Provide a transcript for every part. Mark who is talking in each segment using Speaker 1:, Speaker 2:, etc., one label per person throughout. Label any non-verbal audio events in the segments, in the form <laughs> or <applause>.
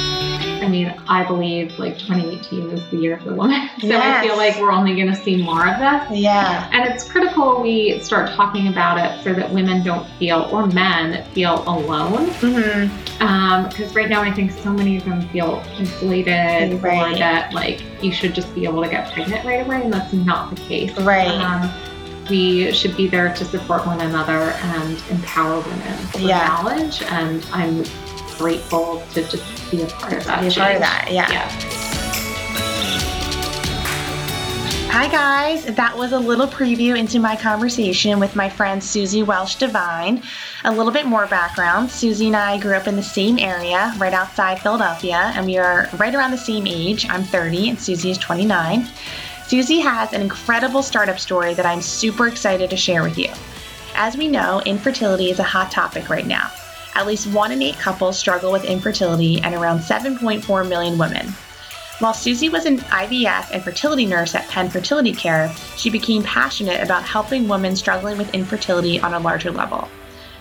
Speaker 1: I mean, I believe like 2018 is the year of the woman. <laughs> So
Speaker 2: Yes.
Speaker 1: I feel like we're only going to see more of this.
Speaker 2: Yeah.
Speaker 1: And it's critical we start talking about it so that women don't feel, or men feel alone.
Speaker 2: Mm-hmm.
Speaker 1: Because right now, I think so many of them feel isolated or
Speaker 2: Right.
Speaker 1: that like you should just be able to get pregnant right away, and that's not the case.
Speaker 2: Right.
Speaker 1: Um, we should be there to support one another and empower women with
Speaker 2: Yeah.
Speaker 1: knowledge. And I'm grateful to just be a part of that.
Speaker 2: Be a part
Speaker 1: change.
Speaker 2: of that. Yeah.
Speaker 1: Yeah.
Speaker 2: Hi, guys. That was a little preview into my conversation with my friend Susie Welsh Divine. A little bit more background Susie and I grew up in the same area, right outside Philadelphia, and we are right around the same age. I'm 30 and Susie is 29. Susie has an incredible startup story that I'm super excited to share with you. As we know, infertility is a hot topic right now. At least one in eight couples struggle with infertility, and around 7.4 million women. While Susie was an IVF and fertility nurse at Penn Fertility Care, she became passionate about helping women struggling with infertility on a larger level.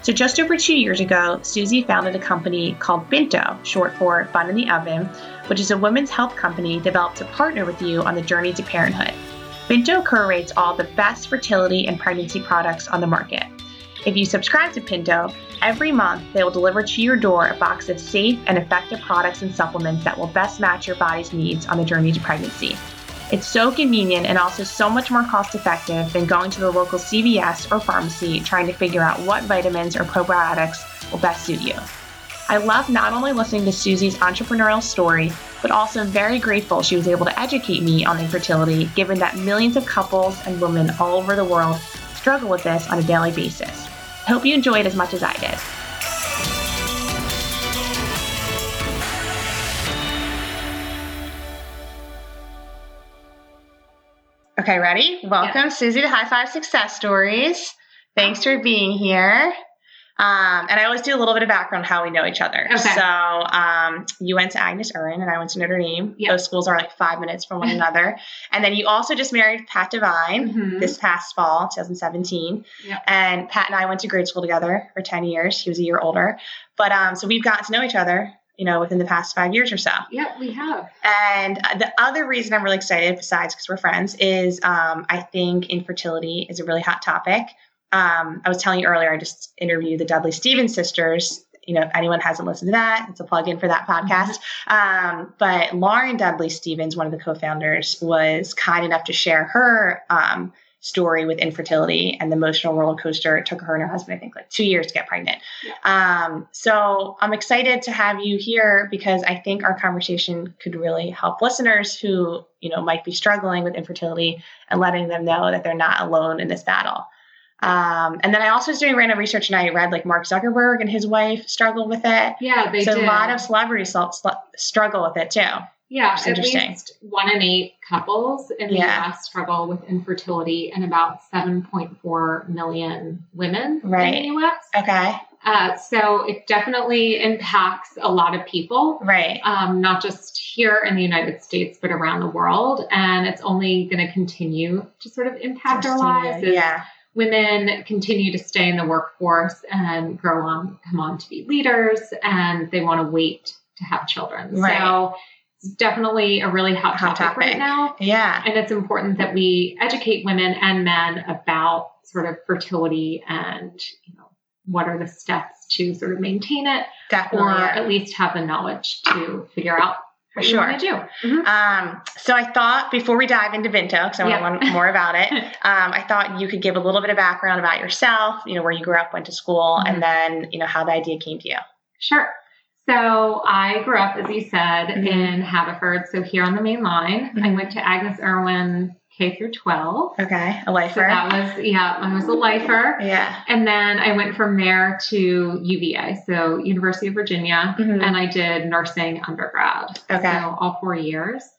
Speaker 2: So, just over two years ago, Susie founded a company called Binto, short for Bun in the Oven, which is a women's health company developed to partner with you on the journey to parenthood. Binto curates all the best fertility and pregnancy products on the market. If you subscribe to Pinto, every month they will deliver to your door a box of safe and effective products and supplements that will best match your body's needs on the journey to pregnancy. It's so convenient and also so much more cost effective than going to the local CVS or pharmacy trying to figure out what vitamins or probiotics will best suit you. I love not only listening to Susie's entrepreneurial story, but also am very grateful she was able to educate me on infertility, given that millions of couples and women all over the world struggle with this on a daily basis. I hope you enjoyed as much as I did. Okay, ready? Welcome, Susie, to High Five Success Stories. Thanks for being here. Um, and I always do a little bit of background how we know each other.
Speaker 1: Okay.
Speaker 2: So um, you went to Agnes Irwin, and I went to Notre Dame.
Speaker 1: Yeah.
Speaker 2: Those schools are like five minutes <laughs> from one another. And then you also just married Pat Devine
Speaker 1: Mhm.
Speaker 2: this past fall, 2017.
Speaker 1: Yeah.
Speaker 2: And Pat and I went to grade school together for 10 years. He was a year older. But um, so we've gotten to know each other, you know, within the past five years or so.
Speaker 1: Yeah, we have.
Speaker 2: And uh, the other reason I'm really excited, besides because we're friends, is um, I think infertility is a really hot topic. Um, I was telling you earlier, I just interviewed the Dudley Stevens sisters. You know, if anyone hasn't listened to that, it's a plug in for that podcast. Um, but Lauren Dudley Stevens, one of the co founders, was kind enough to share her um, story with infertility and the emotional roller coaster. It took her and her husband, I think, like two years to get pregnant. Um, so I'm excited to have you here because I think our conversation could really help listeners who, you know, might be struggling with infertility and letting them know that they're not alone in this battle. Um, and then I also was doing random research and I read like Mark Zuckerberg and his wife struggle with it.
Speaker 1: Yeah, they
Speaker 2: so
Speaker 1: did.
Speaker 2: a lot of celebrities sl- sl- struggle with it too.
Speaker 1: Yeah,
Speaker 2: It's
Speaker 1: at
Speaker 2: interesting.
Speaker 1: least one in eight couples in the
Speaker 2: Yeah.
Speaker 1: U.S. struggle with infertility, and about 7.4 million women in
Speaker 2: Right.
Speaker 1: the U.S.
Speaker 2: Okay.
Speaker 1: Uh, so it definitely impacts a lot of people,
Speaker 2: Right.
Speaker 1: um, not just here in the United States, but around the world. And it's only going to continue to sort of impact our lives as
Speaker 2: Yeah.
Speaker 1: women continue to stay in the workforce and grow on, come on to be leaders, and they want to wait to have children.
Speaker 2: Right.
Speaker 1: So it's definitely a really hot,
Speaker 2: Hot
Speaker 1: topic,
Speaker 2: topic.
Speaker 1: right now.
Speaker 2: Yeah.
Speaker 1: And it's important that we educate women and men about sort of fertility and you know what are the steps to sort of maintain it
Speaker 2: Definitely.
Speaker 1: or
Speaker 2: yeah.
Speaker 1: at least have the knowledge to figure out
Speaker 2: For
Speaker 1: what
Speaker 2: sure.
Speaker 1: you want to do.
Speaker 2: Um, so I thought before we dive into Vinto, because I want
Speaker 1: Yeah.
Speaker 2: to learn more about
Speaker 1: <laughs>
Speaker 2: it, um, I thought you could give a little bit of background about yourself, you know, where you grew up, went to school,
Speaker 1: Mm-hmm.
Speaker 2: and then, you know, how the idea came to you.
Speaker 1: Sure. So I grew up, as you said,
Speaker 2: Mhm.
Speaker 1: in Haverford, so here on the main line. I
Speaker 2: Mhm.
Speaker 1: went to Agnes Irwin K through 12.
Speaker 2: Okay. A
Speaker 1: So
Speaker 2: lifer.
Speaker 1: that was, yeah, I was a lifer.
Speaker 2: yeah.
Speaker 1: And then I went from there to UVA, so University of Virginia,
Speaker 2: Mhm.
Speaker 1: and I did nursing undergrad.
Speaker 2: Okay.
Speaker 1: So all four years.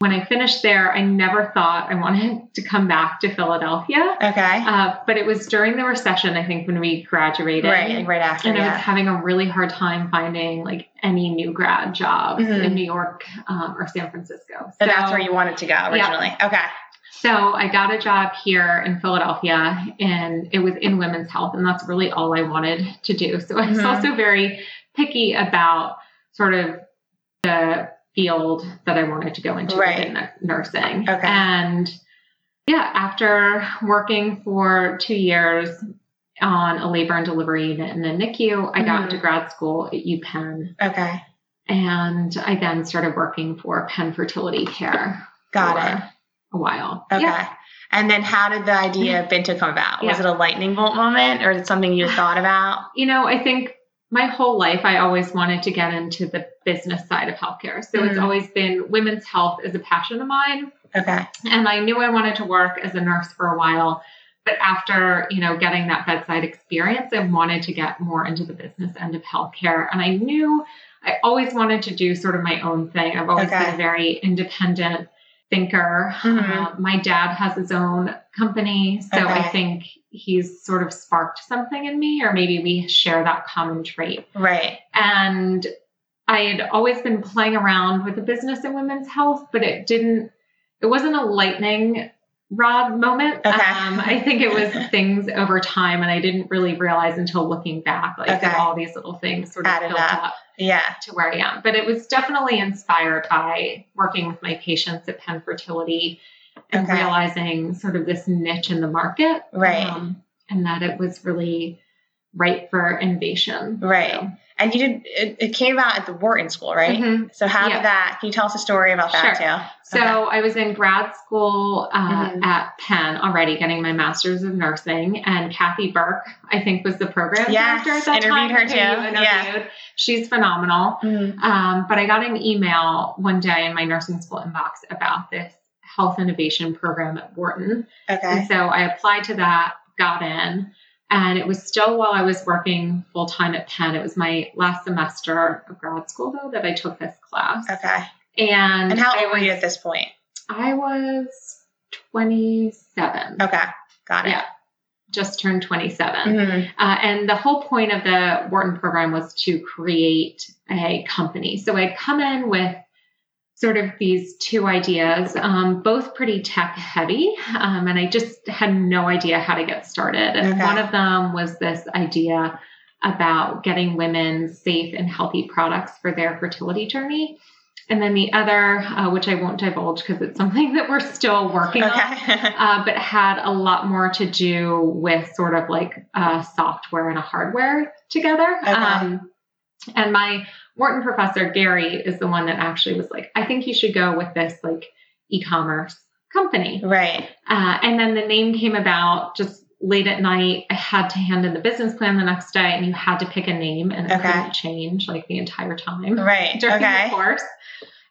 Speaker 1: When I finished there, I never thought I wanted <laughs> to come back to Philadelphia.
Speaker 2: Okay.
Speaker 1: Uh, but it was during the recession, I think, when we graduated.
Speaker 2: right. like Right after.
Speaker 1: And I was
Speaker 2: Yeah.
Speaker 1: having a really hard time finding like any new grad jobs
Speaker 2: Mhm.
Speaker 1: in New York um, or San Francisco.
Speaker 2: So that's where you wanted to go originally. Okay.
Speaker 1: So I got a job here in Philadelphia, and it was in women's health, and that's really all I wanted to do. So I was
Speaker 2: Mhm.
Speaker 1: also very picky about sort of the field that I wanted to go into
Speaker 2: Right.
Speaker 1: within nu- nursing.
Speaker 2: Okay.
Speaker 1: And yeah, after working for two years on a labor and delivery unit in the NICU, I got
Speaker 2: Mhm.
Speaker 1: into grad school at UPenn
Speaker 2: Okay.
Speaker 1: and I then started working for Penn Fertility Care
Speaker 2: Got
Speaker 1: for
Speaker 2: it.
Speaker 1: a while.
Speaker 2: Okay.
Speaker 1: Yeah. Mm-hmm.
Speaker 2: And then how did the idea of Binta come about? Was
Speaker 1: Yeah.
Speaker 2: it a lightning bolt moment or is it something you
Speaker 1: <laughs>
Speaker 2: thought about?
Speaker 1: You know, I think my whole life I always wanted to get into the business side of healthcare. So it's
Speaker 2: Mhm.
Speaker 1: always been women's health is a passion of mine.
Speaker 2: Okay.
Speaker 1: and I knew I wanted to work as a nurse for a while. But after you know getting that bedside experience, I wanted to get more into the business end of healthcare, and I knew I always wanted to do sort of my own thing. I've always
Speaker 2: Okay.
Speaker 1: been a very independent thinker.
Speaker 2: Mhm.
Speaker 1: Uh, my dad has his own company, so I
Speaker 2: Okay.
Speaker 1: think he's sort of sparked something in me, or maybe we share that common trait
Speaker 2: Right.
Speaker 1: and I had always been playing around with the business in women's health, but it didn't. It wasn't a lightning rod moment.
Speaker 2: Okay.
Speaker 1: Um, I think it was
Speaker 2: <laughs>
Speaker 1: things over time, and I didn't really realize until looking back, like
Speaker 2: Okay.
Speaker 1: that all these little things sort of
Speaker 2: Added
Speaker 1: built
Speaker 2: up.
Speaker 1: up
Speaker 2: Yeah.
Speaker 1: to where I am. But it was definitely inspired by working with my patients at Penn Fertility and
Speaker 2: Okay.
Speaker 1: realizing sort of this niche in the market,
Speaker 2: Right.
Speaker 1: um, and that it was really ripe for innovation.
Speaker 2: Right.
Speaker 1: So-
Speaker 2: And you did, it, it came about at the Wharton School, right?
Speaker 1: Mhm.
Speaker 2: So how
Speaker 1: Yeah.
Speaker 2: did that, can you tell us a story about that too?
Speaker 1: So I was in grad school uh,
Speaker 2: Mhm.
Speaker 1: at Penn already, getting my master's of nursing, and Kathy Burke, I think, was the program
Speaker 2: Yes,
Speaker 1: director at that
Speaker 2: interviewed
Speaker 1: time.
Speaker 2: her
Speaker 1: who
Speaker 2: too.
Speaker 1: you
Speaker 2: Yeah.
Speaker 1: interviewed. she's phenomenal.
Speaker 2: Mhm.
Speaker 1: Um, but I got an email one day in my nursing school inbox about this health innovation program at Wharton,
Speaker 2: Okay.
Speaker 1: and so I applied to that, got in, and it was still while I was working full time at Penn. It was my last semester of grad school though that I took this class.
Speaker 2: Okay.
Speaker 1: And,
Speaker 2: And how
Speaker 1: Mm. Mm-hmm. I
Speaker 2: old were
Speaker 1: was-
Speaker 2: you at this point?
Speaker 1: I was 27.
Speaker 2: Okay. Got it.
Speaker 1: Yeah. Just turned 27.
Speaker 2: Mhm.
Speaker 1: Uh, and the whole point of the Wharton program was to create a company. So I'd come in with sort of these two ideas, um, both pretty tech heavy. Um, and I just had no idea how to get started. And
Speaker 2: Okay.
Speaker 1: one of them was this idea about getting women safe and healthy products for their fertility journey. And then the other, uh, which I won't divulge because it's something <laughs> that we're still working on,
Speaker 2: Okay. <laughs>
Speaker 1: uh, but had a lot more to do with sort of like a software and a hardware together.
Speaker 2: Okay.
Speaker 1: Um, and my Wharton professor, Gary, is the one that actually was like, I think you should go with this like e commerce company.
Speaker 2: right.
Speaker 1: Uh, and then the name came about just late at night. I had to hand in the business plan the next day, and you had to pick a name, and it
Speaker 2: Okay.
Speaker 1: couldn't change like the entire time
Speaker 2: Right.
Speaker 1: during the
Speaker 2: Okay.
Speaker 1: course.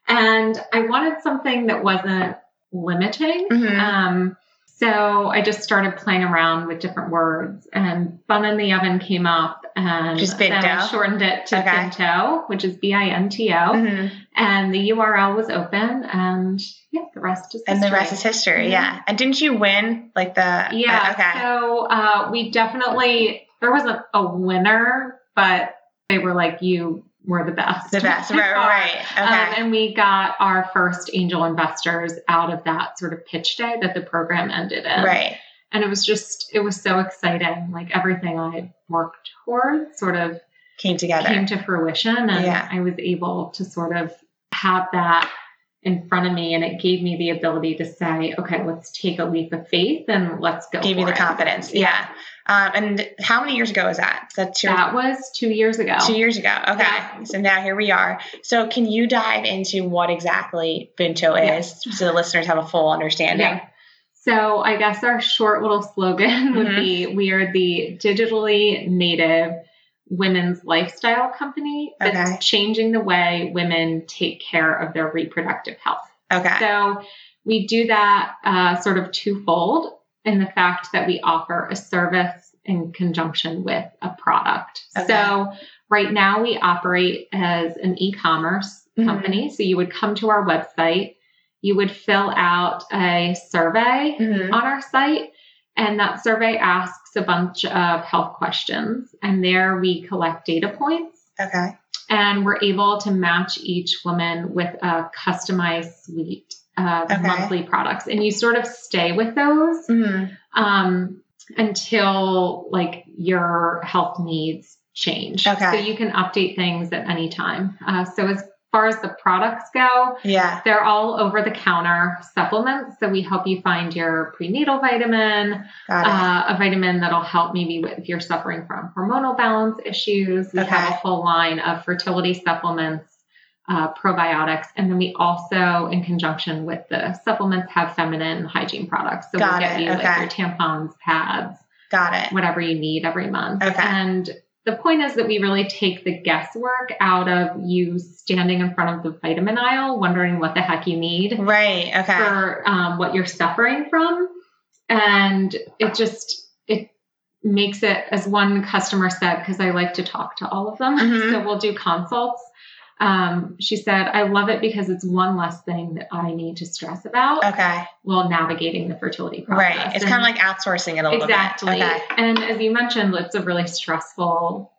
Speaker 1: And I wanted something that wasn't limiting.
Speaker 2: Mhm.
Speaker 1: Um, so I just started playing around with different words, and "bun in the oven" came up, and
Speaker 2: Just
Speaker 1: then I
Speaker 2: Binto?
Speaker 1: shortened it to
Speaker 2: Okay.
Speaker 1: Binto, which is B-I-N-T-O, oh,
Speaker 2: Mhm.
Speaker 1: and the URL was open, and yeah, the rest is
Speaker 2: And the
Speaker 1: history.
Speaker 2: rest is history.
Speaker 1: Mhm.
Speaker 2: Yeah. And didn't you win like the?
Speaker 1: yeah.
Speaker 2: uh, okay.
Speaker 1: So uh, we definitely there wasn't a winner, but they were like, "You were the best."
Speaker 2: the best. Right. Right. right.
Speaker 1: <laughs> Um,
Speaker 2: Okay.
Speaker 1: and we got our first angel investors out of that sort of pitch day that the program ended in.
Speaker 2: right.
Speaker 1: And it was just, it was so exciting. Like everything I worked toward sort of
Speaker 2: Came together.
Speaker 1: came to fruition. And
Speaker 2: Yeah.
Speaker 1: I was able to sort of have that in front of me. And it gave me the ability to say, okay, let's take a leap of faith and let's go.
Speaker 2: Gave you
Speaker 1: for
Speaker 2: the
Speaker 1: it.
Speaker 2: confidence. Yeah. Um, and how many years ago was that? Is that two?
Speaker 1: That was two years ago.
Speaker 2: Two years ago.
Speaker 1: Oh.
Speaker 2: Okay.
Speaker 1: Yeah.
Speaker 2: So now here we are. So can you dive into what exactly Binto
Speaker 1: Yeah.
Speaker 2: is so the listeners have a full understanding?
Speaker 1: Yeah. So I guess our short little slogan would
Speaker 2: Mhm.
Speaker 1: be we are the digitally native women's lifestyle company that's
Speaker 2: Okay.
Speaker 1: changing the way women take care of their reproductive health.
Speaker 2: Okay.
Speaker 1: So we do that uh, sort of twofold in the fact that we offer a service in conjunction with a product.
Speaker 2: Okay.
Speaker 1: So right now we operate as an e-commerce
Speaker 2: Mhm.
Speaker 1: company. So you would come to our website, you would fill out a survey
Speaker 2: Mhm.
Speaker 1: on our site. And that survey asks a bunch of health questions. And there we collect data points
Speaker 2: Mm-hmm. Okay.
Speaker 1: and we're able to match each woman with a customized suite of
Speaker 2: Okay.
Speaker 1: monthly products. And you sort of stay with those
Speaker 2: Mhm.
Speaker 1: um, until like your health needs change.
Speaker 2: Okay.
Speaker 1: So you can update things at any time. Uh, so as far as the products go,
Speaker 2: Yeah.
Speaker 1: they're all over the counter supplements. So we help you find your prenatal vitamin,
Speaker 2: Got it.
Speaker 1: uh, a vitamin that'll help maybe with- if you're suffering from hormonal balance issues. We have
Speaker 2: Okay.
Speaker 1: a whole line of fertility supplements, uh, probiotics, and then we also, in conjunction with the supplements, have feminine hygiene products. So
Speaker 2: Got
Speaker 1: we'll get
Speaker 2: it.
Speaker 1: you
Speaker 2: Okay.
Speaker 1: like your tampons, pads,
Speaker 2: Got it.
Speaker 1: whatever you need every month.
Speaker 2: Okay.
Speaker 1: And the point is that we really take the guesswork out of you standing in front of the vitamin aisle, wondering what the heck you need
Speaker 2: Right. Okay.
Speaker 1: for um, what you're suffering from and it just it makes it as one customer said because i like to talk to all of them <laughs>
Speaker 2: Mhm.
Speaker 1: so we'll do consults um, she said i love it because it's one less thing that i need to stress about
Speaker 2: okay.
Speaker 1: while navigating the fertility process
Speaker 2: Oh. Right. It's kind of like outsourcing it a little
Speaker 1: exactly
Speaker 2: bit. Okay.
Speaker 1: and as you mentioned it's a really stressful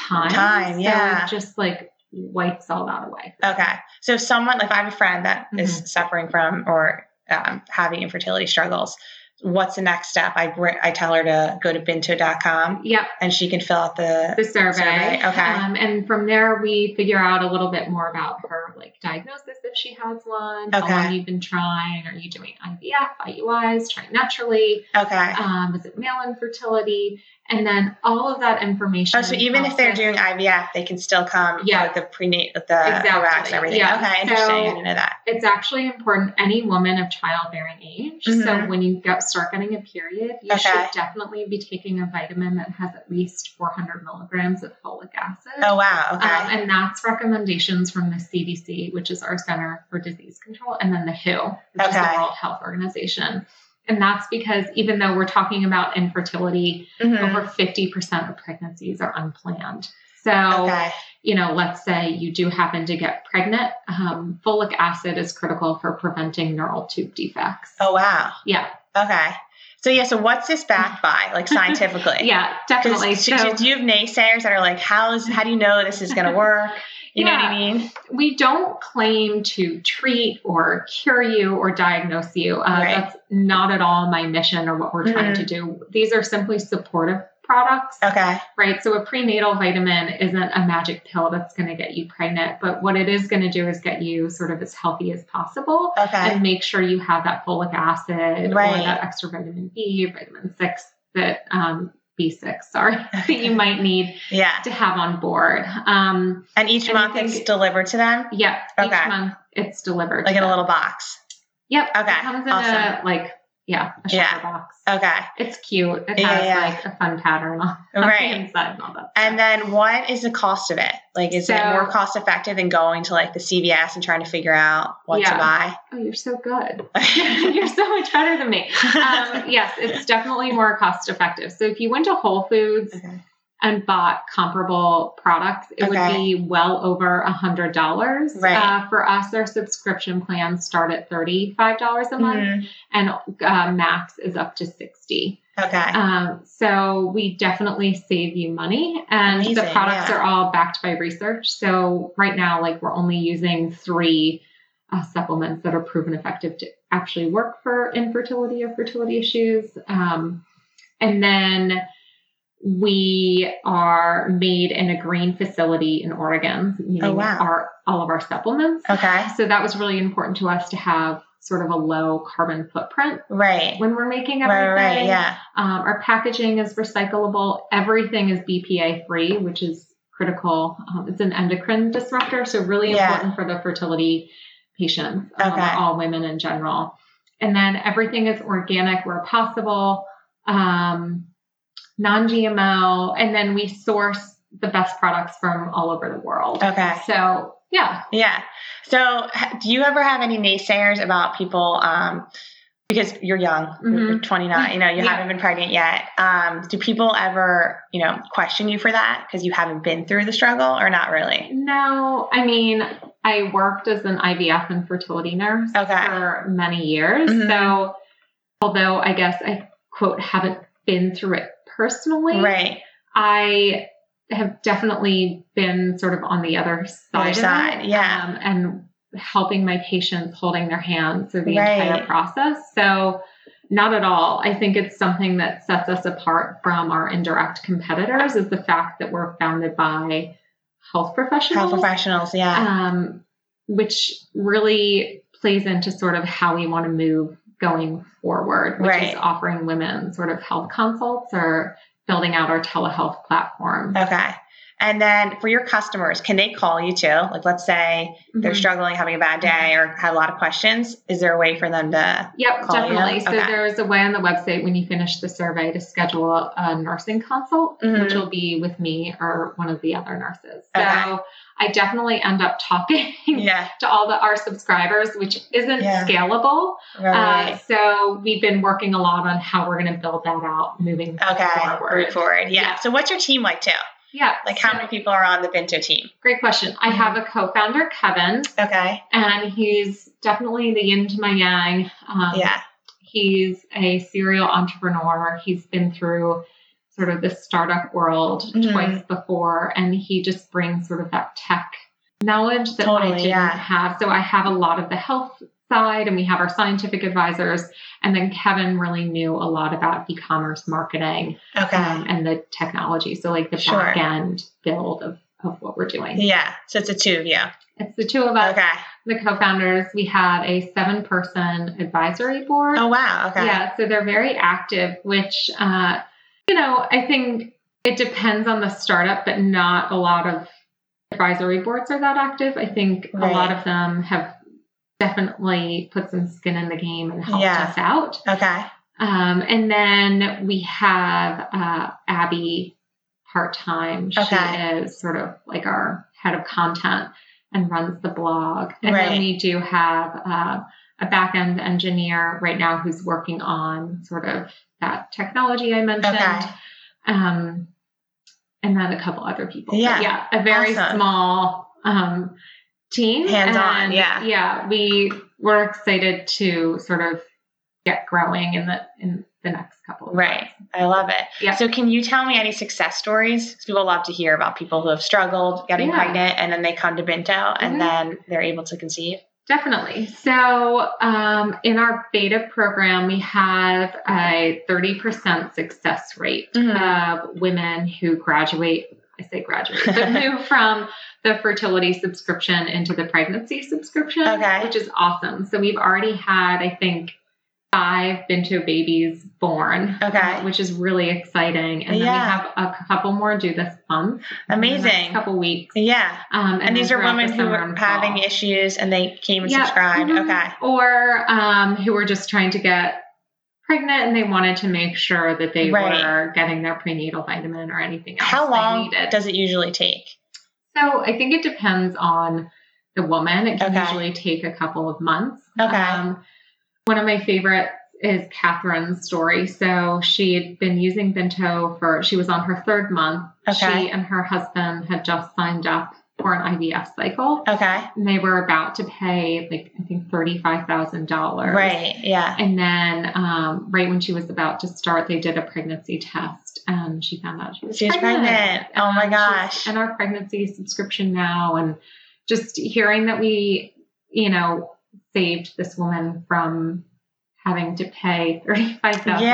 Speaker 1: time
Speaker 2: Time,
Speaker 1: so
Speaker 2: yeah.
Speaker 1: it just like wipes all that away
Speaker 2: Okay. So if someone, like if I have a friend that is
Speaker 1: Mm-hmm.
Speaker 2: suffering from or um, having infertility struggles, what's the next step? I, br- I tell her to go to binto.com
Speaker 1: yep
Speaker 2: and she can fill out the,
Speaker 1: the survey.
Speaker 2: Survey, okay.
Speaker 1: Um, and from there, we figure out a little bit more about her like diagnosis if she has one, how
Speaker 2: Okay.
Speaker 1: long you've been trying. Are you doing IVF, IUIs, trying naturally?
Speaker 2: okay.
Speaker 1: Um, is it male infertility? And then all of that information.
Speaker 2: Oh, so even if they're
Speaker 1: process-
Speaker 2: doing IVF, they can still come
Speaker 1: Yeah.
Speaker 2: with the prenat, with the
Speaker 1: Exactly.
Speaker 2: wax and everything.
Speaker 1: Yeah.
Speaker 2: Okay, interesting. I
Speaker 1: So-
Speaker 2: didn't know that.
Speaker 1: it's actually important any woman of childbearing age.
Speaker 2: Mhm.
Speaker 1: So when you get, start getting a period, you
Speaker 2: Okay.
Speaker 1: should definitely be taking a vitamin that has at least 400 milligrams of folic acid.
Speaker 2: Oh wow. Okay.
Speaker 1: Um, and that's recommendations from the CDC, which is our Center for Disease Control, and then the WHO, which is
Speaker 2: Okay.
Speaker 1: the World Health Organization. And that's because even though we're talking about infertility,
Speaker 2: Mhm.
Speaker 1: over 50% of pregnancies are unplanned. So,
Speaker 2: Okay.
Speaker 1: you know, let's say you do happen to get pregnant, um, folic acid is critical for preventing neural tube defects.
Speaker 2: Oh wow.
Speaker 1: Yeah,
Speaker 2: Okay. So yeah. So what's
Speaker 1: <laughs>
Speaker 2: this backed by, like scientifically?
Speaker 1: yeah,
Speaker 2: 'Cause
Speaker 1: definitely.
Speaker 2: she-
Speaker 1: So-
Speaker 2: do you have naysayers that are like, how is how do you know this is
Speaker 1: <laughs>
Speaker 2: gonna work? You know what I mean?
Speaker 1: we don't claim to treat or cure you or diagnose you. Uh,
Speaker 2: Right. Mm-hmm.
Speaker 1: That's not at all my mission or what we're trying to do. These are simply supportive products,
Speaker 2: Okay.
Speaker 1: right? So a prenatal vitamin isn't a magic pill that's going to get you pregnant, but what it is going to do is get you sort of as healthy as possible.
Speaker 2: Okay.
Speaker 1: And make sure you have that folic acid or
Speaker 2: Right.
Speaker 1: that extra vitamin B, vitamin six that um, B6, sorry, <laughs> that
Speaker 2: <laughs>
Speaker 1: you might need
Speaker 2: Yeah.
Speaker 1: to have on board. Um,
Speaker 2: And each
Speaker 1: And I
Speaker 2: month it's
Speaker 1: think-
Speaker 2: delivered to them,
Speaker 1: yeah,
Speaker 2: Okay.
Speaker 1: each month it's delivered.
Speaker 2: like in
Speaker 1: to
Speaker 2: a
Speaker 1: them.
Speaker 2: little box.
Speaker 1: Yep.
Speaker 2: Okay,
Speaker 1: It comes in
Speaker 2: awesome.
Speaker 1: a like yeah, a
Speaker 2: Yeah.
Speaker 1: shopper box.
Speaker 2: Okay.
Speaker 1: It's cute. It
Speaker 2: Yeah,
Speaker 1: has
Speaker 2: yeah.
Speaker 1: like a fun pattern on, on
Speaker 2: Right.
Speaker 1: the inside and all that.
Speaker 2: And
Speaker 1: stuff.
Speaker 2: then what is the cost of it? Like, is it
Speaker 1: So-
Speaker 2: more cost effective than going to like the CVS and trying to figure out what to
Speaker 1: Yeah.
Speaker 2: buy?
Speaker 1: oh, you're so good.
Speaker 2: <laughs>
Speaker 1: <laughs>
Speaker 2: okay.
Speaker 1: you're so much better than me. <laughs>
Speaker 2: <laughs>
Speaker 1: Um, yes, it's definitely more cost effective. So if you went to Whole Foods and bought comparable products, it would
Speaker 2: Okay.
Speaker 1: be well over a hundred dollars.
Speaker 2: Right.
Speaker 1: Uh, for us, our subscription plans start at thirty-five dollars a month,
Speaker 2: Mhm.
Speaker 1: and uh, max is up to sixty.
Speaker 2: Okay.
Speaker 1: Um, so we definitely save you money, and
Speaker 2: Amazing,
Speaker 1: the products
Speaker 2: yeah.
Speaker 1: are all backed by research. So right now, like we're only using three uh, supplements that are proven effective to actually work for infertility or fertility issues, um, and then we are made in a green facility in Oregon, meaning
Speaker 2: Oh, wow. Oh.
Speaker 1: our all of our supplements.
Speaker 2: Okay.
Speaker 1: So that was really important to us to have sort of a low carbon footprint
Speaker 2: Right.
Speaker 1: when we're making
Speaker 2: Right,
Speaker 1: everything.
Speaker 2: right, right. Yeah.
Speaker 1: Um, our packaging is recyclable. Everything is BPA free, which is critical. Um, it's an endocrine disruptor, so really
Speaker 2: Yeah.
Speaker 1: important for the fertility patients, um,
Speaker 2: Okay.
Speaker 1: all women in general. And then everything is organic where possible, um, non GMO, and then we source the best products from all over the world.
Speaker 2: Okay.
Speaker 1: So, yeah.
Speaker 2: Yeah. So, h- do you ever have any naysayers about people? Um, because you're young, you're
Speaker 1: Mhm.
Speaker 2: 29, you know, you
Speaker 1: Yeah.
Speaker 2: haven't been pregnant yet. Um, do people ever, you know, question you for that because you haven't been through the struggle or not really?
Speaker 1: No, I mean, I worked as an IVF and fertility nurse.
Speaker 2: Okay.
Speaker 1: for many years.
Speaker 2: Mhm.
Speaker 1: So, although I guess I quote haven't been through it personally,
Speaker 2: Right.
Speaker 1: I have definitely been sort of on the other side,
Speaker 2: Other
Speaker 1: of
Speaker 2: side,
Speaker 1: it,
Speaker 2: yeah.
Speaker 1: um, and helping my patients, holding their hands through the
Speaker 2: Right.
Speaker 1: entire process. So. Not at all. I think it's something that sets us apart from our indirect competitors is the fact that we're founded by health professionals.
Speaker 2: Health professionals. Yeah.
Speaker 1: Um, which really plays into sort of how we want to move going forward, which
Speaker 2: Right.
Speaker 1: is offering women sort of health consults or building out our telehealth platform.
Speaker 2: Okay. And then for your customers, can they call you too? Like, let's say they're
Speaker 1: Mhm.
Speaker 2: struggling, having a bad day, or have a lot of questions. Is there a way for them to?
Speaker 1: Yep,
Speaker 2: call you?
Speaker 1: definitely. So
Speaker 2: Okay.
Speaker 1: there's a way on the website when you finish the survey to schedule a, a nursing consult, which will be with me or one of the other nurses. So
Speaker 2: Okay.
Speaker 1: I definitely end up talking
Speaker 2: <laughs> Yeah.
Speaker 1: <laughs> to all the our subscribers, which isn't
Speaker 2: Yeah.
Speaker 1: scalable. Uh,
Speaker 2: Right.
Speaker 1: so we've been working a lot on how we're going to build that out moving
Speaker 2: okay.
Speaker 1: forward.
Speaker 2: Forward. forward. Yeah.
Speaker 1: Yeah.
Speaker 2: So, what's your team like too?
Speaker 1: Yeah,
Speaker 2: Like, how
Speaker 1: so-
Speaker 2: many people are on the Bento team?
Speaker 1: Great question. I have a co-founder, Kevin,
Speaker 2: Okay.
Speaker 1: and he's definitely the yin to my yang. Um,
Speaker 2: yeah.
Speaker 1: He's a serial entrepreneur. He's been through sort of the startup world
Speaker 2: Mhm.
Speaker 1: twice before, and he just brings sort of that tech knowledge that
Speaker 2: Totally,
Speaker 1: I didn't
Speaker 2: yeah.
Speaker 1: have. So I have a lot of the health side, and we have our scientific advisors, and then Kevin really knew a lot about e-commerce marketing
Speaker 2: Okay.
Speaker 1: um, and the technology. So like the
Speaker 2: Sure.
Speaker 1: back end build of, of what we're doing.
Speaker 2: yeah. So it's a two of you.
Speaker 1: It's the two of us,
Speaker 2: Okay.
Speaker 1: the co-founders. We have a seven-person advisory board.
Speaker 2: Oh wow. Okay.
Speaker 1: Yeah, so they're very active, which uh, you know, I think it depends on the startup, but not a lot of advisory boards are that active. I think
Speaker 2: Right.
Speaker 1: a lot of them have definitely put some skin in the game and helped
Speaker 2: Yeah.
Speaker 1: us out.
Speaker 2: Okay.
Speaker 1: Um, and then we have uh, Abby part time.
Speaker 2: Okay.
Speaker 1: She is sort of like our head of content and runs the blog. And
Speaker 2: Right.
Speaker 1: then we do have uh, a back end engineer right now who's working on sort of that technology I mentioned.
Speaker 2: Okay.
Speaker 1: Um, and then a couple other people. But
Speaker 2: Yeah.
Speaker 1: yeah. A very
Speaker 2: Awesome.
Speaker 1: small um, team.
Speaker 2: Hands-on,
Speaker 1: And,
Speaker 2: yeah.
Speaker 1: Yeah. We we're excited to sort of get growing in the in the next couple of
Speaker 2: Right.
Speaker 1: months.
Speaker 2: I love it.
Speaker 1: Yeah.
Speaker 2: So, can you tell me any success stories? 'Cause people love to hear about people who have struggled getting
Speaker 1: Yeah.
Speaker 2: pregnant and then they come to Bento
Speaker 1: Mhm.
Speaker 2: and then they're able to conceive.
Speaker 1: Definitely. So, um, in our beta program, we have a 30% success rate
Speaker 2: Mm-hmm.
Speaker 1: of women who graduate. I say graduate, but
Speaker 2: <laughs>
Speaker 1: move from the fertility subscription into the pregnancy subscription,
Speaker 2: Okay.
Speaker 1: which is awesome. So, we've already had, I think, five Bento babies born,
Speaker 2: Okay.
Speaker 1: uh, which is really exciting. And
Speaker 2: Yeah.
Speaker 1: then we have a couple more due this month. in the next
Speaker 2: Amazing.
Speaker 1: couple weeks.
Speaker 2: Yeah.
Speaker 1: Um,
Speaker 2: And, these
Speaker 1: then
Speaker 2: are
Speaker 1: throughout the
Speaker 2: women who
Speaker 1: summer
Speaker 2: are
Speaker 1: and fall.
Speaker 2: having issues and they came and
Speaker 1: Yeah,
Speaker 2: subscribed.
Speaker 1: mhm.
Speaker 2: Okay.
Speaker 1: Or um, who were just trying to get pregnant and they wanted to make sure that they
Speaker 2: Right.
Speaker 1: were getting their prenatal vitamin or anything else.
Speaker 2: How
Speaker 1: they
Speaker 2: long
Speaker 1: needed.
Speaker 2: does it usually take?
Speaker 1: so I think it depends on the woman. It can
Speaker 2: Okay.
Speaker 1: usually take a couple of months.
Speaker 2: Okay.
Speaker 1: Um, one of my favorites is Catherine's story. So she had been using Bento for, she was on her third month.
Speaker 2: Okay.
Speaker 1: She and her husband had just signed up for an IVF cycle.
Speaker 2: Okay.
Speaker 1: And they were about to pay like I think thirty five thousand dollars.
Speaker 2: Right. Yeah.
Speaker 1: And then um, right when she was about to start, they did a pregnancy test, and she found out she was
Speaker 2: She was
Speaker 1: pregnant.
Speaker 2: pregnant. Oh my
Speaker 1: Um, she's
Speaker 2: gosh.
Speaker 1: in our pregnancy subscription now, and just hearing that we, you know, saved this woman from having to pay thirty five thousand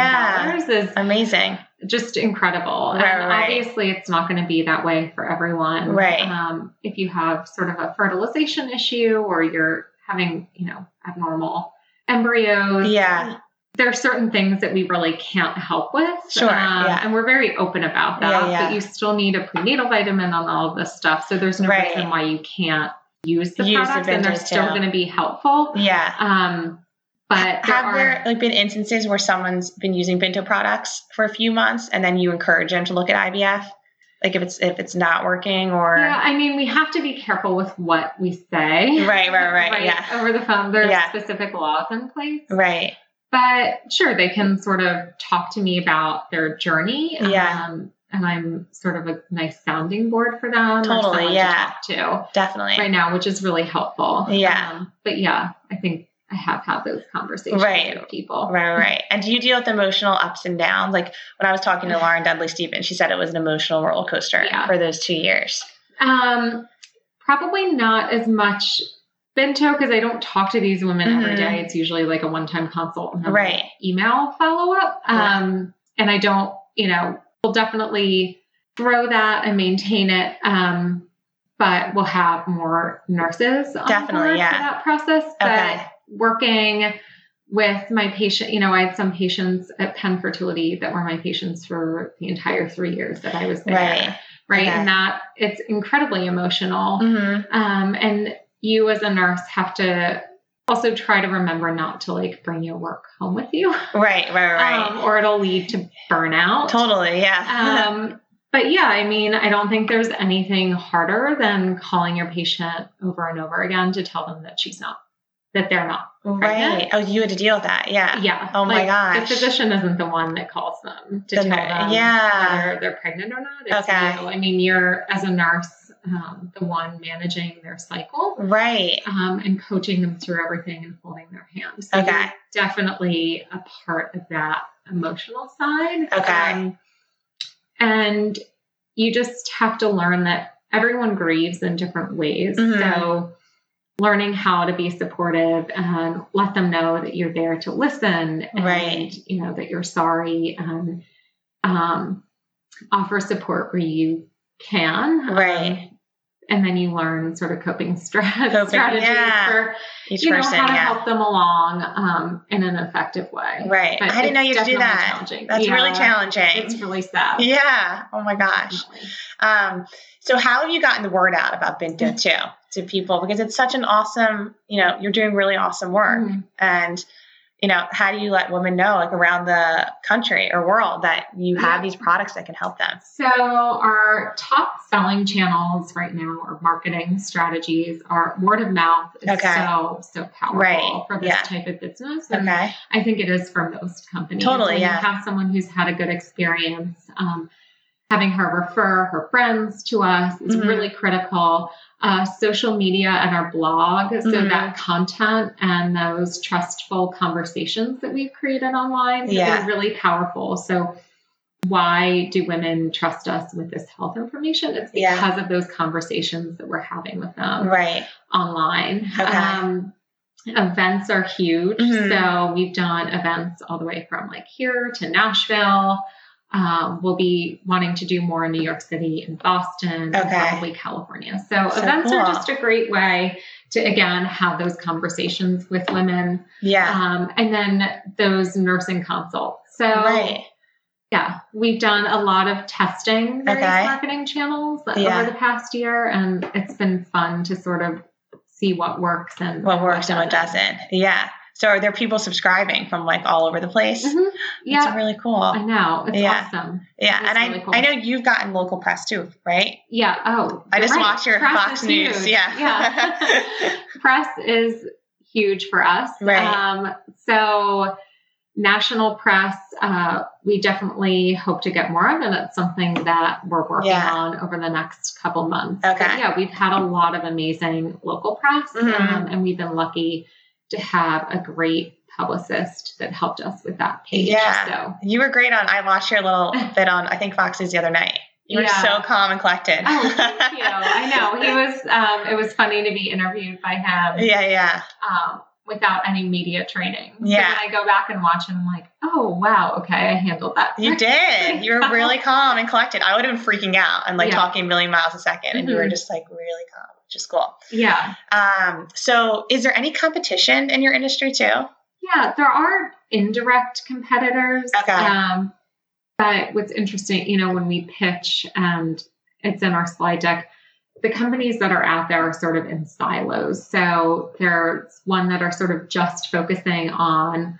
Speaker 1: dollars is
Speaker 2: Amazing.
Speaker 1: just incredible.
Speaker 2: Right,
Speaker 1: and
Speaker 2: right.
Speaker 1: obviously, it's not going to be that way for everyone.
Speaker 2: Right.
Speaker 1: Um, if you have sort of a fertilization issue or you're having, you know, abnormal embryos,
Speaker 2: Yeah.
Speaker 1: there are certain things that we really can't help with. Um,
Speaker 2: Sure, yeah.
Speaker 1: And we're very open about that.
Speaker 2: Yeah, yeah.
Speaker 1: But you still need a prenatal vitamin on all of this stuff. So there's no
Speaker 2: Right.
Speaker 1: reason why you can't use the
Speaker 2: Use the
Speaker 1: products and they're
Speaker 2: vintage,
Speaker 1: still
Speaker 2: yeah.
Speaker 1: going to be helpful.
Speaker 2: Yeah.
Speaker 1: Um, but there
Speaker 2: have
Speaker 1: are,
Speaker 2: there like been instances where someone's been using bento products for a few months and then you encourage them to look at IVF? Like if it's if it's not working or
Speaker 1: Yeah, I mean, we have to be careful with what we say.
Speaker 2: Right, right, right, yeah.
Speaker 1: Over the phone, there are
Speaker 2: Yeah.
Speaker 1: specific laws in place.
Speaker 2: right.
Speaker 1: But sure, they can sort of talk to me about their journey.
Speaker 2: Yeah.
Speaker 1: Um, and I'm sort of a nice sounding board for them. or
Speaker 2: Totally,
Speaker 1: someone
Speaker 2: yeah.
Speaker 1: To talk
Speaker 2: Definitely.
Speaker 1: to right now, which is really helpful.
Speaker 2: Yeah.
Speaker 1: Um, but yeah, I think I have had those conversations
Speaker 2: Right.
Speaker 1: with people.
Speaker 2: Right, right, right. And do you deal with emotional ups and downs? Like when I was talking to Lauren Dudley Stevens, she said it was an emotional roller coaster
Speaker 1: Yeah.
Speaker 2: for those two years.
Speaker 1: Um, probably not as much bento because I don't talk to these women every
Speaker 2: Mhm.
Speaker 1: day. It's usually like a one-time consult and then like,
Speaker 2: Right.
Speaker 1: email follow-up.
Speaker 2: Yeah.
Speaker 1: Um, and I don't, you know, we'll definitely grow that and maintain it. Um, but we'll have more nurses on
Speaker 2: Definitely,
Speaker 1: board
Speaker 2: yeah.
Speaker 1: for that process. But
Speaker 2: Okay.
Speaker 1: working with my patient, you know, I had some patients at Penn Fertility that were my patients for the entire three years that I was there.
Speaker 2: Right.
Speaker 1: Right?
Speaker 2: Okay.
Speaker 1: And that it's incredibly emotional.
Speaker 2: hmm
Speaker 1: Um, and you as a nurse have to also try to remember not to like bring your work home with you.
Speaker 2: Right, right, right.
Speaker 1: Um, or it'll lead to burnout.
Speaker 2: totally, yeah.
Speaker 1: Um, but yeah, I mean, I don't think there's anything harder than calling your patient over and over again to tell them that she's not, that they're not.
Speaker 2: <laughs> right.
Speaker 1: pregnant.
Speaker 2: Oh, you had to deal with that, yeah.
Speaker 1: uh, Yeah.
Speaker 2: Oh my gosh.
Speaker 1: The physician isn't the one that calls them to
Speaker 2: The
Speaker 1: tell
Speaker 2: nur-
Speaker 1: them
Speaker 2: yeah.
Speaker 1: whether they're pregnant or not. It's
Speaker 2: Okay.
Speaker 1: you. I mean, you're as a nurse, um, the one managing their cycle
Speaker 2: Right.
Speaker 1: um, and coaching them through everything and holding their hand. So
Speaker 2: Okay.
Speaker 1: you're definitely a part of that emotional side.
Speaker 2: Okay.
Speaker 1: Um, and you just have to learn that everyone grieves in different ways.
Speaker 2: Mhm.
Speaker 1: So learning how to be supportive and let them know that you're there to listen and
Speaker 2: Right.
Speaker 1: you know that you're sorry and um, offer support where you can.
Speaker 2: Right.
Speaker 1: Um, and then you learn sort of coping, <laughs> stra-
Speaker 2: Coping,
Speaker 1: strategies
Speaker 2: yeah.
Speaker 1: for
Speaker 2: Each
Speaker 1: you know
Speaker 2: person,
Speaker 1: how to
Speaker 2: yeah.
Speaker 1: help them along um, in an effective way.
Speaker 2: Right.
Speaker 1: But
Speaker 2: I didn't know
Speaker 1: it's
Speaker 2: you had to
Speaker 1: definitely
Speaker 2: do that.
Speaker 1: challenging.
Speaker 2: That's really
Speaker 1: Yeah, It's
Speaker 2: challenging.
Speaker 1: really sad.
Speaker 2: Yeah. Oh my gosh.
Speaker 1: definitely.
Speaker 2: Um, so how have you gotten the word out about Binto
Speaker 1: Mm.
Speaker 2: too to people? Because it's such an awesome, you know, you're doing really awesome work.
Speaker 1: Mhm.
Speaker 2: And, you know, how do you let women know like around the country or world that you have
Speaker 1: Yeah.
Speaker 2: these products that can help them?
Speaker 1: So our top selling channels right now or marketing strategies are word of mouth is
Speaker 2: Okay.
Speaker 1: so so powerful
Speaker 2: Right.
Speaker 1: for this
Speaker 2: Yeah.
Speaker 1: type of business. And
Speaker 2: Okay.
Speaker 1: I think it is for most companies.
Speaker 2: Totally,
Speaker 1: When
Speaker 2: yeah.
Speaker 1: You have someone who's had a good experience. Um, having her refer her friends to us is
Speaker 2: Mhm.
Speaker 1: really critical. Uh, social media and our blog, so
Speaker 2: Mhm.
Speaker 1: that content and those trustful conversations that we've created online
Speaker 2: Yeah.
Speaker 1: is really powerful. So, why do women trust us with this health information? It's
Speaker 2: Yeah.
Speaker 1: because of those conversations that we're having with them
Speaker 2: Right.
Speaker 1: online.
Speaker 2: Okay.
Speaker 1: Um, events are huge.
Speaker 2: Mhm.
Speaker 1: So we've done events all the way from like here to Nashville. Um, we'll be wanting to do more in New York City and Boston, and
Speaker 2: Okay.
Speaker 1: probably California. So,
Speaker 2: So
Speaker 1: events are
Speaker 2: cool.
Speaker 1: just a great way to again have those conversations with women,
Speaker 2: Yeah.
Speaker 1: um, and then those nursing consults. So
Speaker 2: right.
Speaker 1: yeah, we've done a lot of testing various
Speaker 2: Okay.
Speaker 1: marketing channels
Speaker 2: Yeah.
Speaker 1: over the past year, and it's been fun to sort of see what works and
Speaker 2: What works and what doesn't. Yeah. So are there people subscribing from like all over the place?
Speaker 1: Mhm.
Speaker 2: That's
Speaker 1: Yeah,
Speaker 2: really cool.
Speaker 1: I know it's
Speaker 2: Yeah.
Speaker 1: awesome.
Speaker 2: Yeah,
Speaker 1: That's
Speaker 2: and I
Speaker 1: really cool.
Speaker 2: I know you've gotten local press too, right?
Speaker 1: Yeah. Oh,
Speaker 2: I
Speaker 1: you're
Speaker 2: just
Speaker 1: right.
Speaker 2: watched your
Speaker 1: Press
Speaker 2: Fox
Speaker 1: is
Speaker 2: News.
Speaker 1: huge.
Speaker 2: Yeah. <laughs>
Speaker 1: Yeah. press is huge for us.
Speaker 2: Right.
Speaker 1: Um, so national press, uh, we definitely hope to get more of, and it's something that we're working
Speaker 2: Yeah.
Speaker 1: on over the next couple months.
Speaker 2: Okay.
Speaker 1: But yeah, we've had a lot of amazing local press,
Speaker 2: Mhm.
Speaker 1: um, and we've been lucky to have a great publicist that helped us with that page.
Speaker 2: Yeah.
Speaker 1: So
Speaker 2: You were great on I watched
Speaker 1: <laughs>
Speaker 2: your little bit on I think Fox's the other night. You were
Speaker 1: Yeah.
Speaker 2: so calm and collected.
Speaker 1: Oh,
Speaker 2: <laughs>
Speaker 1: thank you. I know he was. Um, it was funny to be interviewed by him
Speaker 2: Yeah, yeah.
Speaker 1: um, without any media training.
Speaker 2: Yeah.
Speaker 1: So when I go back and watch him, I'm like, oh wow, okay, I handled that. <laughs>
Speaker 2: You did. You were really calm and collected. I would have been freaking out and like
Speaker 1: Yeah.
Speaker 2: talking a million miles a 2nd and you were
Speaker 1: Mhm.
Speaker 2: just like really calm, which is cool.
Speaker 1: Yeah,
Speaker 2: Um, so is there any competition in your industry too?
Speaker 1: yeah. There are indirect competitors.
Speaker 2: Okay.
Speaker 1: Um, but what's interesting, you know, when we pitch and it's in our slide deck, the companies that are out there are sort of in silos. So there's one that are sort of just focusing on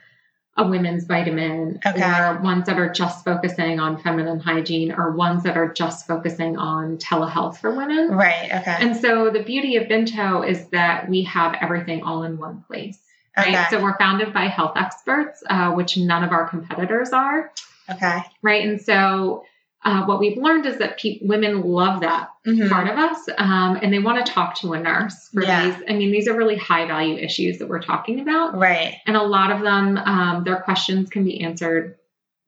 Speaker 1: a women's vitamin,
Speaker 2: Okay.
Speaker 1: or ones that are just focusing on feminine hygiene, or ones that are just focusing on telehealth for women.
Speaker 2: Right, okay.
Speaker 1: And so the beauty of Bento is that we have everything all in one place. Right.
Speaker 2: Okay.
Speaker 1: So we're founded by health experts, uh, which none of our competitors are
Speaker 2: okay.
Speaker 1: right? And so uh, what we've learned is that pe- women love that
Speaker 2: Mhm.
Speaker 1: part of us, um, and they want to talk to a nurse for
Speaker 2: Yeah.
Speaker 1: these. I mean, these are really high value issues that we're talking about,
Speaker 2: Right.
Speaker 1: and a lot of them, um, their questions can be answered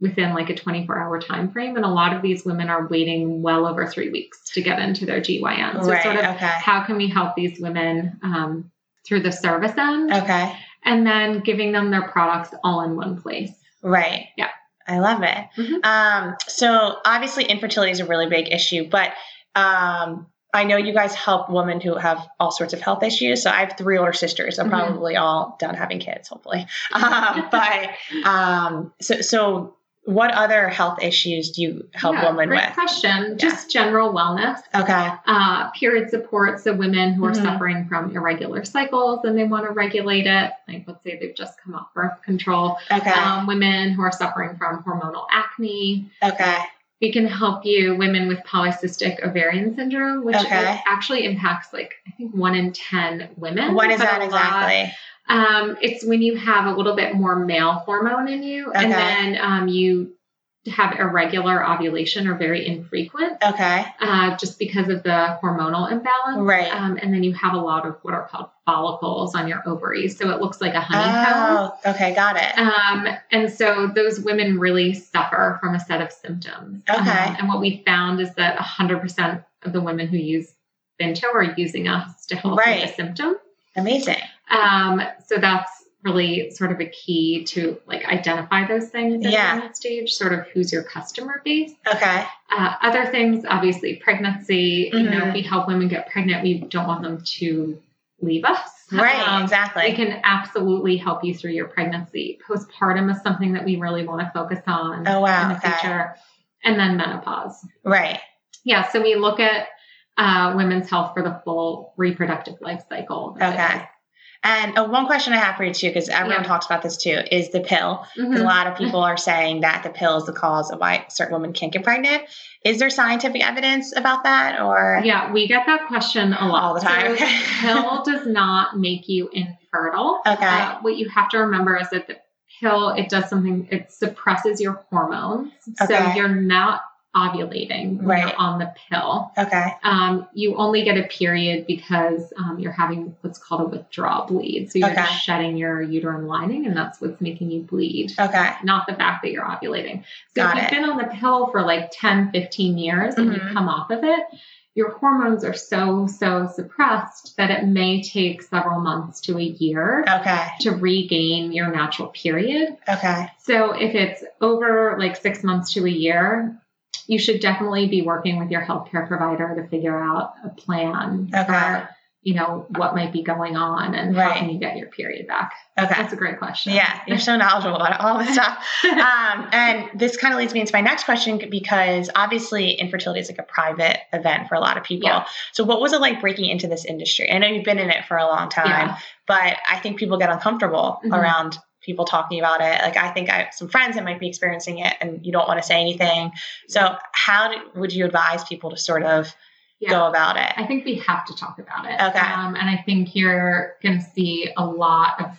Speaker 1: within like a 24 hour time frame and a lot of these women are waiting well over three weeks to get into their gyn so
Speaker 2: right.
Speaker 1: sort of
Speaker 2: okay.
Speaker 1: how can we help these women um, through the service end
Speaker 2: Okay.
Speaker 1: and then giving them their products all in one place
Speaker 2: Right.
Speaker 1: Yeah.
Speaker 2: I love it.
Speaker 1: Mhm.
Speaker 2: Um, so obviously infertility is a really big issue, but um, I know you guys help women who have all sorts of health issues. So I have three older sisters. So
Speaker 1: Mhm.
Speaker 2: probably all done having
Speaker 1: <laughs>
Speaker 2: kids, hopefully. Um, but um, so, so what other health issues do you help
Speaker 1: Yeah,
Speaker 2: women
Speaker 1: great
Speaker 2: with?
Speaker 1: question. Just general wellness.
Speaker 2: Okay.
Speaker 1: uh, period support. So women who are
Speaker 2: Mhm.
Speaker 1: suffering from irregular cycles and they want to regulate it, like let's say they've just come off birth control.
Speaker 2: Okay.
Speaker 1: Um, women who are suffering from hormonal acne.
Speaker 2: okay.
Speaker 1: We can help you, women with polycystic ovarian syndrome, which
Speaker 2: Okay.
Speaker 1: is- actually impacts like I think one in ten women.
Speaker 2: What is
Speaker 1: but
Speaker 2: that
Speaker 1: a lot-
Speaker 2: exactly?
Speaker 1: um, it's when you have a little bit more male hormone in you, and
Speaker 2: Okay.
Speaker 1: then um, you have irregular ovulation or very infrequent
Speaker 2: Okay.
Speaker 1: uh, just because of the hormonal imbalance.
Speaker 2: Right.
Speaker 1: Um, and then you have a lot of what are called follicles on your ovaries. So it looks like a honeycomb.
Speaker 2: Oh, okay. Got it.
Speaker 1: Um, and so those women really suffer from a set of symptoms.
Speaker 2: Okay.
Speaker 1: Um, and what we found is that 100% of the women who use Bento are using us to help
Speaker 2: Right.
Speaker 1: with the symptom.
Speaker 2: Amazing.
Speaker 1: Um, so that's really sort of a key to like identify those things at
Speaker 2: Yeah.
Speaker 1: that stage, sort of who's your customer base.
Speaker 2: Okay.
Speaker 1: Uh, other things, obviously, pregnancy. You know,
Speaker 2: Mhm.
Speaker 1: if we help women get pregnant, we don't want them to leave us.
Speaker 2: Right.
Speaker 1: Um, we
Speaker 2: exactly.
Speaker 1: can absolutely help you through your pregnancy. Postpartum is something that we really want to focus on
Speaker 2: Oh, wow.
Speaker 1: in the
Speaker 2: Okay.
Speaker 1: future. And then menopause.
Speaker 2: Right.
Speaker 1: Yeah, so we look at uh, women's health for the full reproductive life cycle.
Speaker 2: Okay. And oh, one question I have for you too, because everyone
Speaker 1: Yeah.
Speaker 2: talks about this too, is the pill. 'Cause
Speaker 1: Mhm.
Speaker 2: A lot of people are saying that the pill is the cause of why certain women can't get pregnant. Is there scientific evidence about that, or
Speaker 1: Yeah, we get that question a lot
Speaker 2: All the time.
Speaker 1: So, pill does not make you infertile.
Speaker 2: <laughs> Okay.
Speaker 1: Uh, what you have to remember is that the pill it does something. It suppresses your hormones, so
Speaker 2: Okay.
Speaker 1: you're not ovulating when
Speaker 2: Right.
Speaker 1: you're on the pill.
Speaker 2: okay,
Speaker 1: Um, you only get a period because um, you're having what's called a withdrawal bleed. So you're
Speaker 2: Okay.
Speaker 1: just shedding your uterine lining, and that's what's making you bleed.
Speaker 2: okay,
Speaker 1: Not the fact that you're ovulating. So
Speaker 2: Got
Speaker 1: if you've
Speaker 2: it.
Speaker 1: been on the pill for like 10, 15 years and
Speaker 2: Mhm.
Speaker 1: you come off of it, your hormones are so, so suppressed that it may take several months to a year
Speaker 2: okay,
Speaker 1: to regain your natural period.
Speaker 2: okay,
Speaker 1: So if it's over like six months to a year, you should definitely be working with your healthcare provider to figure out a plan
Speaker 2: Okay.
Speaker 1: for, you know, what might be going on and how
Speaker 2: Right.
Speaker 1: can you get your period back.
Speaker 2: okay.
Speaker 1: That's a great question.
Speaker 2: Yeah, you're so knowledgeable about all
Speaker 1: <laughs>
Speaker 2: this stuff. Um, and this kind of leads me into my next question because obviously infertility is like a private event for a lot of people.
Speaker 1: Yeah.
Speaker 2: So, what was it like breaking into this industry? I know you've been in it for a long time.
Speaker 1: Yeah.
Speaker 2: but I think people get uncomfortable
Speaker 1: Mhm.
Speaker 2: around people talking about it. Like I think I have some friends that might be experiencing it, and you don't want to say anything. So how do, would you advise people to sort of
Speaker 1: Yeah.
Speaker 2: go about it?
Speaker 1: I think we have to talk about it.
Speaker 2: Okay.
Speaker 1: Um, and I think you're going to see a lot of,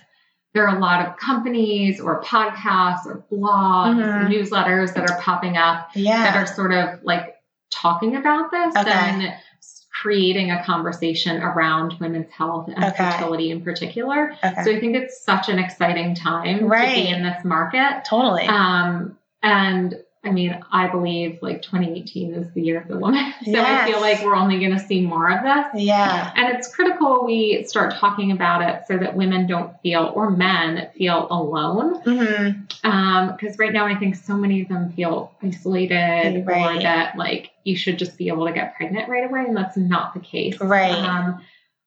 Speaker 1: there are a lot of companies or podcasts or blogs,
Speaker 2: Mhm.
Speaker 1: newsletters that are popping up that
Speaker 2: Yeah.
Speaker 1: are sort of like talking about this
Speaker 2: Okay.
Speaker 1: and s- creating a conversation around women's health and
Speaker 2: Okay.
Speaker 1: fertility in particular.
Speaker 2: Okay.
Speaker 1: So I think it's such an exciting time to
Speaker 2: Right.
Speaker 1: be in this market.
Speaker 2: totally.
Speaker 1: Um, and I mean, I believe like 2018 is the year of the woman. <laughs> So I
Speaker 2: Yes.
Speaker 1: feel like we're only going to see more of this.
Speaker 2: yeah.
Speaker 1: And it's critical we start talking about it so that women don't feel, or men feel alone.
Speaker 2: hmm
Speaker 1: Because Um, right now, I think so many of them feel isolated
Speaker 2: Right.
Speaker 1: or that like you should just be able to get pregnant right away. And that's not the case.
Speaker 2: Right.
Speaker 1: Um,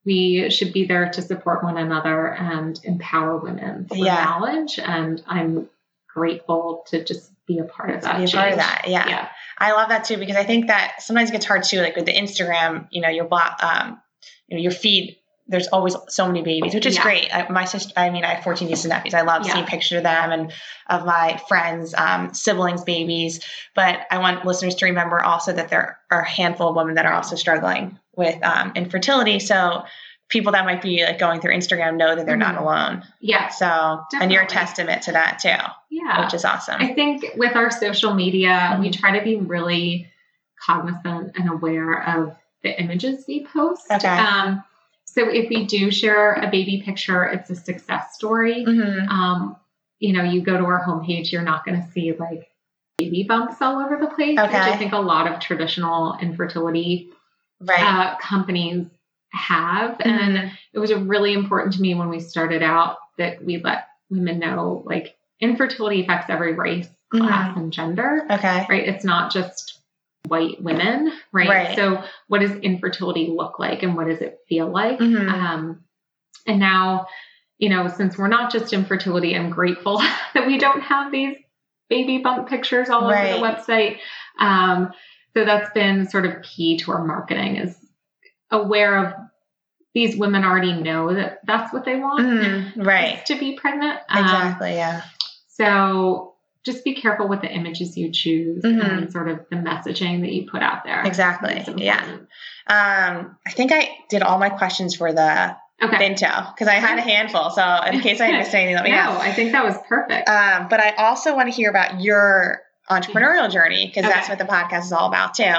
Speaker 1: we should be there to support one another and empower women for
Speaker 2: Yeah.
Speaker 1: knowledge. And I'm grateful to just be a part of
Speaker 2: To
Speaker 1: that.
Speaker 2: be a part of
Speaker 1: change.
Speaker 2: that. Yeah.
Speaker 1: Yeah.
Speaker 2: I love that too because I think that sometimes it gets hard too. Like with the Instagram, you know, your block, um, you know, your feed. There's always so many babies, which is
Speaker 1: Yeah.
Speaker 2: great. I, my sister, I mean, I have 14 nieces and nephews. I love
Speaker 1: Yeah.
Speaker 2: seeing pictures of them and of my friends, um, siblings, babies. But I want listeners to remember also that there are a handful of women that are also struggling with um, infertility. So people that might be like going through Instagram know that they're
Speaker 1: Mhm.
Speaker 2: not alone.
Speaker 1: Yes.
Speaker 2: So, and you're a
Speaker 1: Definitely.
Speaker 2: testament to that too,
Speaker 1: Yeah.
Speaker 2: which is awesome.
Speaker 1: I think with our social media, we
Speaker 2: Mm-hmm.
Speaker 1: try to be really cognizant and aware of the images we post.
Speaker 2: Okay.
Speaker 1: Um, so if we do share a baby picture, it's a success story.
Speaker 2: Mhm.
Speaker 1: Um, you know, you go to our homepage, you're not going to see like baby bumps all over the place, which
Speaker 2: Okay.
Speaker 1: I think a lot of traditional infertility
Speaker 2: Right. Mm-hmm.
Speaker 1: uh, companies have. uh, And it was really important to me when we started out that we let women know like infertility affects every race,
Speaker 2: Mhm.
Speaker 1: class, and gender,
Speaker 2: Okay.
Speaker 1: right? It's not just white women, right?
Speaker 2: Right.
Speaker 1: So, what does infertility look like and what does it feel like?
Speaker 2: Mhm.
Speaker 1: Um, and now, you know, since we're not just infertility, I'm grateful <laughs> that we don't have these baby bump pictures all over the
Speaker 2: Right.
Speaker 1: website. Um, so, that's been sort of key to our marketing is aware of these women already know that that's what they want
Speaker 2: Mhm. Right.
Speaker 1: is to be pregnant. Mm-hmm. Um,
Speaker 2: Exactly. Yeah.
Speaker 1: so just be careful with the images you choose
Speaker 2: Mhm.
Speaker 1: and sort of the messaging that you put out there.
Speaker 2: Exactly,
Speaker 1: It's important.
Speaker 2: yeah. Um, I think I did all my questions for the
Speaker 1: Okay.
Speaker 2: Vinto because I had a handful. So
Speaker 1: <laughs>
Speaker 2: in case I missed anything, let me know.
Speaker 1: No, I think that was perfect. <laughs>
Speaker 2: Um, but I also want to hear about your entrepreneurial journey because that's
Speaker 1: Okay.
Speaker 2: what the podcast is all about too.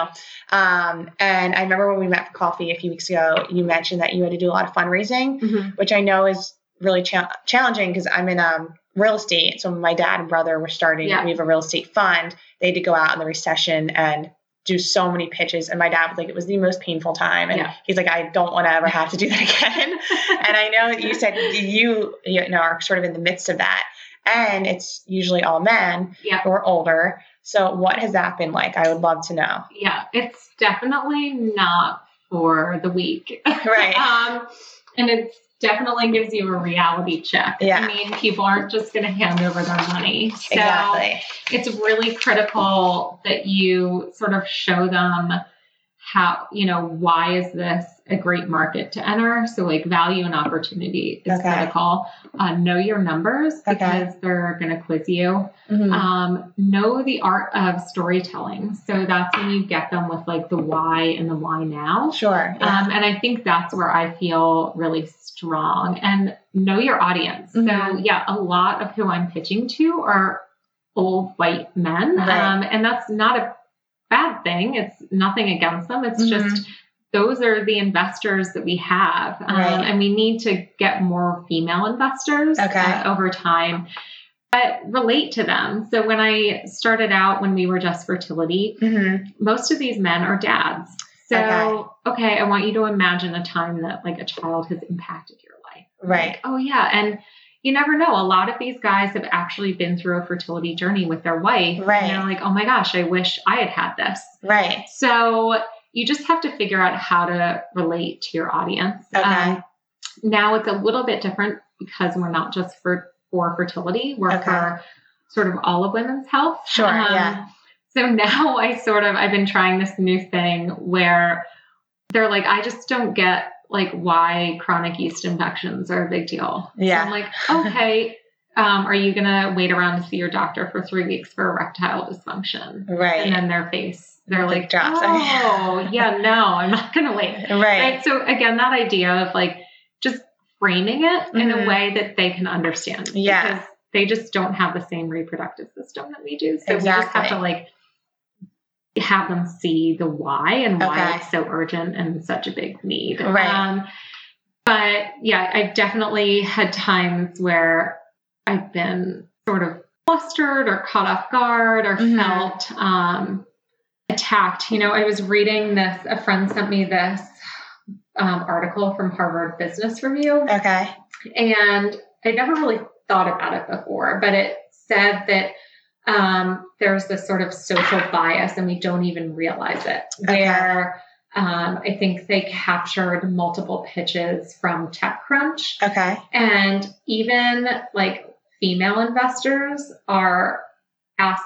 Speaker 2: Um, and I remember when we met for coffee a few weeks ago, you mentioned that you had to do a lot of fundraising,
Speaker 1: Mhm.
Speaker 2: which I know is really cha- challenging because I'm in um, real estate. So my dad and brother were starting.
Speaker 1: Yeah.
Speaker 2: We have a real estate fund. They had to go out in the recession and do so many pitches. And my dad was like, it was the most painful time. And
Speaker 1: Yeah.
Speaker 2: he's like, I don't want to ever have to do
Speaker 1: <laughs>
Speaker 2: that again. and I know you said you you know are sort of in the midst of that, and it's usually all men
Speaker 1: Yeah.
Speaker 2: who are older. So what has that been like? I would love
Speaker 1: <laughs>
Speaker 2: to know.
Speaker 1: Yeah. It's definitely not for the weak.
Speaker 2: Right.
Speaker 1: <laughs> Um, and it definitely gives you a reality check.
Speaker 2: Yeah.
Speaker 1: I mean, people aren't just going to hand over their money. So
Speaker 2: exactly.
Speaker 1: it's really critical that you sort of show them how you know why is this a great market to enter so like value and opportunity is
Speaker 2: Okay.
Speaker 1: critical uh, know your numbers
Speaker 2: Okay.
Speaker 1: because they're going to quiz you
Speaker 2: Mhm.
Speaker 1: um, know the art of storytelling so that's when you get them with like the why and the why now
Speaker 2: Sure. Yeah.
Speaker 1: um, and I think that's where I feel really strong and know your audience. So,
Speaker 2: Mhm.
Speaker 1: yeah, a lot of who I'm pitching to are old white men.
Speaker 2: Right.
Speaker 1: Um, and that's not a bad thing, it's nothing against them. It's
Speaker 2: Mm-hmm.
Speaker 1: just those are the investors that we have. Um,
Speaker 2: Right.
Speaker 1: And we need to get more female investors
Speaker 2: Okay.
Speaker 1: uh, over time. But relate to them. So when I started out, when we were just fertility,
Speaker 2: Mhm.
Speaker 1: most of these men are dads. So, okay. I want you to imagine a time that like a child has impacted your life.
Speaker 2: Right.
Speaker 1: Oh, yeah. And you never know. A lot of these guys have actually been through a fertility journey with their wife.
Speaker 2: Right.
Speaker 1: And they're like, oh my gosh, I wish I had had this.
Speaker 2: Right.
Speaker 1: So, you just have to figure out how to relate to your audience. Um,
Speaker 2: Okay.
Speaker 1: now it's a little bit different because we're not just for, for fertility, we're
Speaker 2: Okay.
Speaker 1: for sort of all of women's health. Um,
Speaker 2: Sure, yeah.
Speaker 1: So now <laughs> I sort of I've been trying this new thing where they're like, I just don't get like why chronic yeast infections are a big deal. So I'm
Speaker 2: Yeah.
Speaker 1: like, okay, um, are you gonna wait around to see your doctor for three weeks for erectile dysfunction?
Speaker 2: Right.
Speaker 1: And then their face, they're
Speaker 2: It
Speaker 1: like,
Speaker 2: drops. <laughs>
Speaker 1: oh yeah, no, I'm not gonna wait.
Speaker 2: right.
Speaker 1: Right. So again, that idea of like just framing it in
Speaker 2: Mhm.
Speaker 1: a way that they can understand.
Speaker 2: Yeah.
Speaker 1: Because They just don't have the same reproductive system that we do. So we just have
Speaker 2: Exactly.
Speaker 1: to like have them see the why and why
Speaker 2: Okay.
Speaker 1: it's so urgent and such a big need.
Speaker 2: Right.
Speaker 1: Um, but yeah, I've definitely had times where I've been sort of flustered or caught off guard or
Speaker 2: Mhm.
Speaker 1: felt um, attacked. You know, I was reading this, a friend sent me this um, article from Harvard Business Review,
Speaker 2: Okay.
Speaker 1: and I never really thought about it before, but it said that um, there's this sort of social bias and we don't even realize it.
Speaker 2: Okay.
Speaker 1: Where um, I think they captured multiple pitches from TechCrunch
Speaker 2: Okay.
Speaker 1: and even like female investors are ask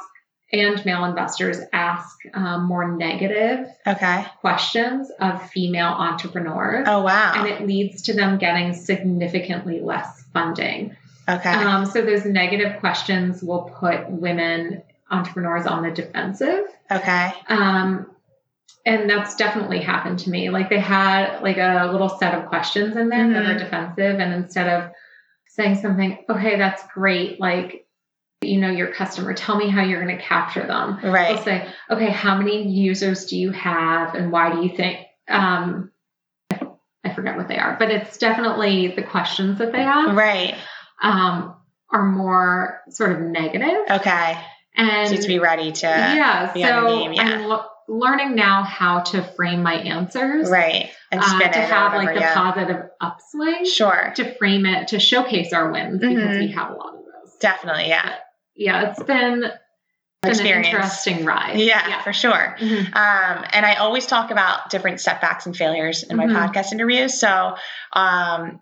Speaker 1: and male investors ask um, more negative
Speaker 2: Okay.
Speaker 1: questions of female entrepreneurs
Speaker 2: Oh
Speaker 1: and
Speaker 2: wow.
Speaker 1: it leads to them getting significantly less funding
Speaker 2: Okay.
Speaker 1: um, so those negative questions will put women entrepreneurs on the defensive
Speaker 2: okay.
Speaker 1: um, and that's definitely happened to me. Like they had like a little set of questions in there that
Speaker 2: Mhm.
Speaker 1: are defensive, and instead of saying something, okay, that's great, like you know your customer, tell me how you're going to capture them. They'll
Speaker 2: Right.
Speaker 1: say, okay, how many users do you have, and why do you think? Um, I forget what they are, but it's definitely the questions that they ask
Speaker 2: Right.
Speaker 1: um, are more sort of negative
Speaker 2: Okay.
Speaker 1: and
Speaker 2: So you have to be ready to.
Speaker 1: yeah,
Speaker 2: be on
Speaker 1: so
Speaker 2: the game, yeah.
Speaker 1: I'm lo- learning now how to frame my answers
Speaker 2: Right. And
Speaker 1: uh,
Speaker 2: spin it
Speaker 1: to
Speaker 2: or
Speaker 1: have like
Speaker 2: whatever,
Speaker 1: the
Speaker 2: yeah.
Speaker 1: positive upswing
Speaker 2: Sure.
Speaker 1: to frame it to showcase our wins because
Speaker 2: Mhm.
Speaker 1: we have a lot of those.
Speaker 2: Definitely. Yeah.
Speaker 1: Yeah, it's been It's been an
Speaker 2: experience.
Speaker 1: interesting ride.
Speaker 2: Yeah, for sure.
Speaker 1: Mhm.
Speaker 2: Um, and I always talk about different setbacks and failures in my
Speaker 1: Mhm.
Speaker 2: podcast interviews. So, um,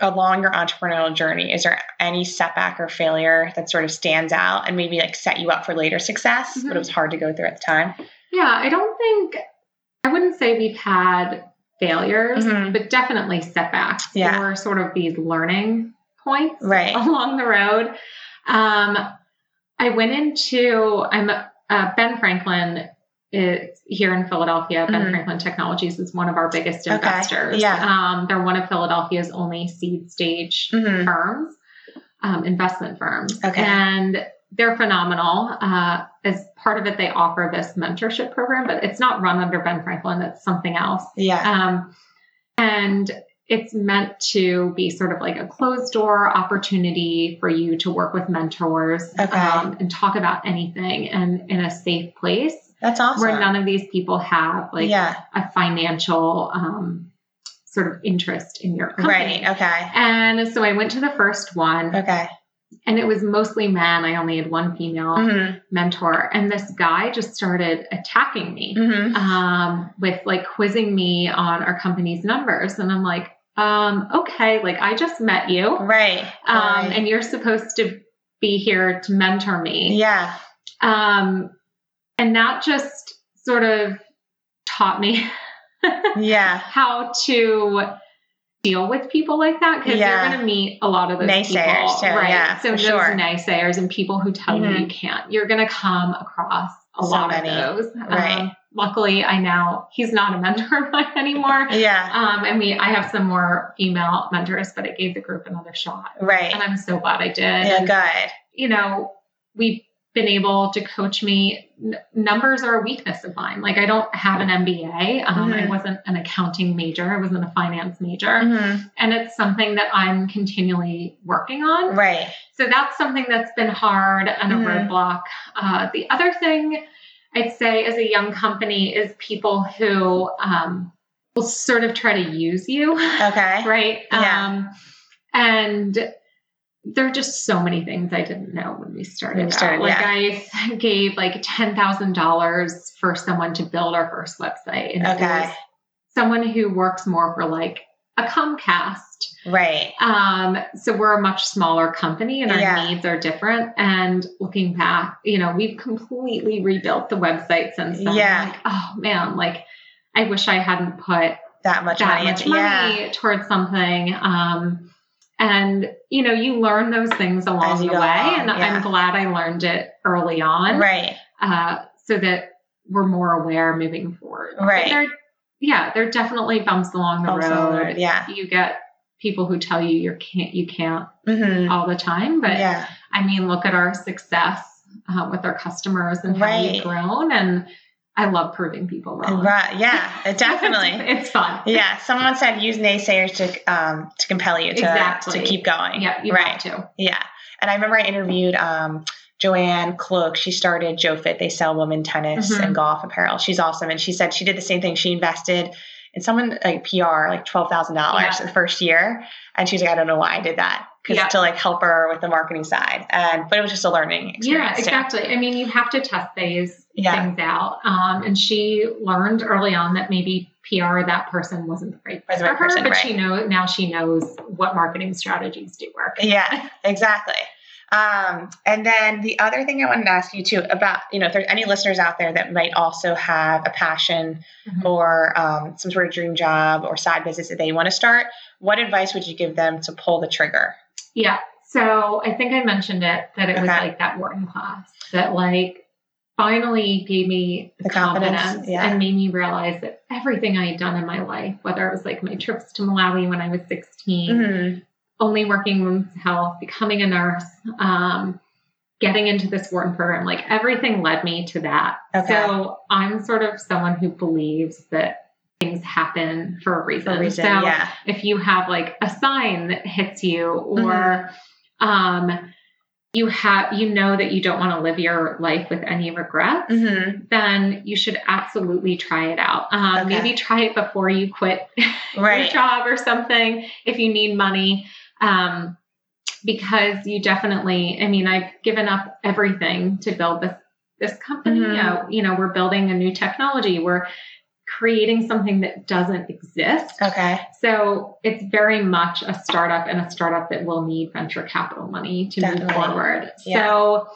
Speaker 2: along your entrepreneurial journey, is there any setback or failure that sort of stands out and maybe like set you up for later success, but
Speaker 1: Mhm.
Speaker 2: it was hard to go through at the time?
Speaker 1: Yeah, I don't think I wouldn't say we've had failures,
Speaker 2: Mhm.
Speaker 1: but definitely setbacks
Speaker 2: Yeah.
Speaker 1: or sort of these learning points
Speaker 2: Right.
Speaker 1: along the road. Um, I went into I'm uh, Ben Franklin is here in Philadelphia. Ben
Speaker 2: Mhm.
Speaker 1: Franklin Technologies is one of our biggest
Speaker 2: Okay.
Speaker 1: investors.
Speaker 2: Yeah.
Speaker 1: Um, they're one of Philadelphia's only seed stage
Speaker 2: Mhm.
Speaker 1: firms, um, investment firms.
Speaker 2: Okay.
Speaker 1: And they're phenomenal. Uh, as part of it, they offer this mentorship program, but it's not run under Ben Franklin, it's something else.
Speaker 2: Yeah.
Speaker 1: Um, and it's meant to be sort of like a closed door opportunity for you to work with mentors
Speaker 2: Okay.
Speaker 1: um, and talk about anything and in a safe place
Speaker 2: That's awesome.
Speaker 1: where none of these people have like
Speaker 2: yeah.
Speaker 1: a financial um, sort of interest in your company.
Speaker 2: Right. Okay.
Speaker 1: And so I went to the first one,
Speaker 2: Okay.
Speaker 1: and it was mostly men. I only had one female
Speaker 2: Mhm.
Speaker 1: mentor, and this guy just started attacking me
Speaker 2: Mhm.
Speaker 1: um, with like quizzing me on our company's numbers. And I'm like, um, okay, like I just met you, um,
Speaker 2: Right. right.
Speaker 1: and you're supposed to be here to mentor me.
Speaker 2: yeah.
Speaker 1: Um, and that just sort of taught me
Speaker 2: Yeah.
Speaker 1: how to deal with people like that because
Speaker 2: Yeah.
Speaker 1: you're going to meet a lot of those
Speaker 2: Naysayers
Speaker 1: people,
Speaker 2: too,
Speaker 1: right?
Speaker 2: yeah,
Speaker 1: so
Speaker 2: for
Speaker 1: those
Speaker 2: sure.
Speaker 1: naysayers and people who tell
Speaker 2: Mhm.
Speaker 1: you you can't, you're going to come across a
Speaker 2: So
Speaker 1: lot
Speaker 2: many,
Speaker 1: of those. Um,
Speaker 2: right.
Speaker 1: luckily, I now he's not a mentor of mine <laughs>
Speaker 2: <laughs>
Speaker 1: anymore.
Speaker 2: Yeah.
Speaker 1: Um, and we, I have some more female mentors, but it gave the group another shot,
Speaker 2: Right.
Speaker 1: and I'm so glad I did.
Speaker 2: Yeah.
Speaker 1: And,
Speaker 2: Good.
Speaker 1: you know, we've been able to coach me. N- numbers are a weakness of mine. Like I don't have an MBA. Um, I
Speaker 2: Mhm.
Speaker 1: wasn't an accounting major. I wasn't a finance major,
Speaker 2: Mhm.
Speaker 1: and it's something that I'm continually working on.
Speaker 2: Right.
Speaker 1: So that's something that's been hard and a
Speaker 2: Mhm.
Speaker 1: roadblock. Uh, the other thing I'd say as a young company is people who um, will sort of try to use you,
Speaker 2: Okay.
Speaker 1: right?
Speaker 2: Yeah.
Speaker 1: Um, and there are just so many things I didn't know when we started.
Speaker 2: When you
Speaker 1: out.
Speaker 2: started,
Speaker 1: like I gave like ten thousand dollars for someone to build our first website, and it
Speaker 2: Okay.
Speaker 1: was someone who works more for like a Comcast
Speaker 2: Right.
Speaker 1: um, so we're a much smaller company and our
Speaker 2: Yeah.
Speaker 1: needs are different. And looking back, you know, we've completely rebuilt the website since then.
Speaker 2: Yeah.
Speaker 1: Like, oh man, like I wish I hadn't put
Speaker 2: That much
Speaker 1: that
Speaker 2: money.
Speaker 1: much
Speaker 2: into- Yeah.
Speaker 1: money towards something. Um, and you know, you learn those things along
Speaker 2: As
Speaker 1: the
Speaker 2: you
Speaker 1: way.
Speaker 2: go along,
Speaker 1: and
Speaker 2: yeah.
Speaker 1: I'm glad I learned it early on.
Speaker 2: Right.
Speaker 1: Uh, so that we're more aware moving forward. But
Speaker 2: Right.
Speaker 1: there- yeah, there are definitely bumps along the
Speaker 2: Bumps along the road, yeah.
Speaker 1: You get people who tell you you can't, you can't
Speaker 2: Mm-hmm.
Speaker 1: all the time. But
Speaker 2: yeah.
Speaker 1: I mean, look at our success uh, with our customers and how
Speaker 2: Right.
Speaker 1: we've grown. And I love proving people wrong.
Speaker 2: Right. Yeah.
Speaker 1: <laughs>
Speaker 2: it Definitely.
Speaker 1: it's, it's fun.
Speaker 2: yeah. Someone said use naysayers to um to compel you to
Speaker 1: Exactly.
Speaker 2: to keep going.
Speaker 1: Yeah, you
Speaker 2: right.
Speaker 1: have to.
Speaker 2: Yeah. And I remember I interviewed um Joanne Cloak. She started Joe Fit. They sell women tennis
Speaker 1: Mhm.
Speaker 2: and golf apparel. She's awesome. And she said she did the same thing. She invested in someone like PR, like twelve thousand dollars
Speaker 1: Yeah.
Speaker 2: the first year. And she's like, I don't know why I did that. Because
Speaker 1: Yeah.
Speaker 2: to like help her with the marketing side. And but it was just a learning experience.
Speaker 1: Yeah,
Speaker 2: too.
Speaker 1: exactly. I mean, you have to test these
Speaker 2: Yeah.
Speaker 1: things out. Um, and she learned early on that maybe PR that person wasn't the right
Speaker 2: Wasn't
Speaker 1: person for her,
Speaker 2: the right person,
Speaker 1: but
Speaker 2: right.
Speaker 1: she know now she knows what marketing strategies do work.
Speaker 2: Yeah, exactly. Um, and then the other thing I wanted to ask you too about, you know, if there's any listeners out there that might also have a passion
Speaker 1: Mhm.
Speaker 2: or um, some sort of dream job or side business that they want to start, what advice would you give them to pull the trigger?
Speaker 1: Yeah. So I think I mentioned it that it was
Speaker 2: Okay.
Speaker 1: like that Wharton class that like finally gave me the,
Speaker 2: The confidence,
Speaker 1: confidence,
Speaker 2: yeah.
Speaker 1: and made me realize that everything I had done in my life, whether it was like my trips to Malawi when I was 16,
Speaker 2: Mm-hmm.
Speaker 1: only working women's health, becoming a nurse, um, getting into this Wharton program, like everything led me to that.
Speaker 2: Okay.
Speaker 1: So I'm sort of someone who believes that things happen for a reason.
Speaker 2: The reason,
Speaker 1: so
Speaker 2: yeah.
Speaker 1: if you have like a sign that hits you or
Speaker 2: Mm-hmm.
Speaker 1: um you have you know that you don't want to live your life with any regrets
Speaker 2: Mm-hmm.
Speaker 1: then you should absolutely try it out um,
Speaker 2: Okay.
Speaker 1: maybe try it before you quit your
Speaker 2: Right.
Speaker 1: job or something if you need money um, because you definitely i mean i've given up everything to build this this company.
Speaker 2: Mhm.
Speaker 1: Uh, you know, we're building a new technology. We're creating something that doesn't exist.
Speaker 2: Okay.
Speaker 1: So it's very much a startup and a startup that will need venture capital money to
Speaker 2: Definitely.
Speaker 1: move forward.
Speaker 2: Yeah.
Speaker 1: So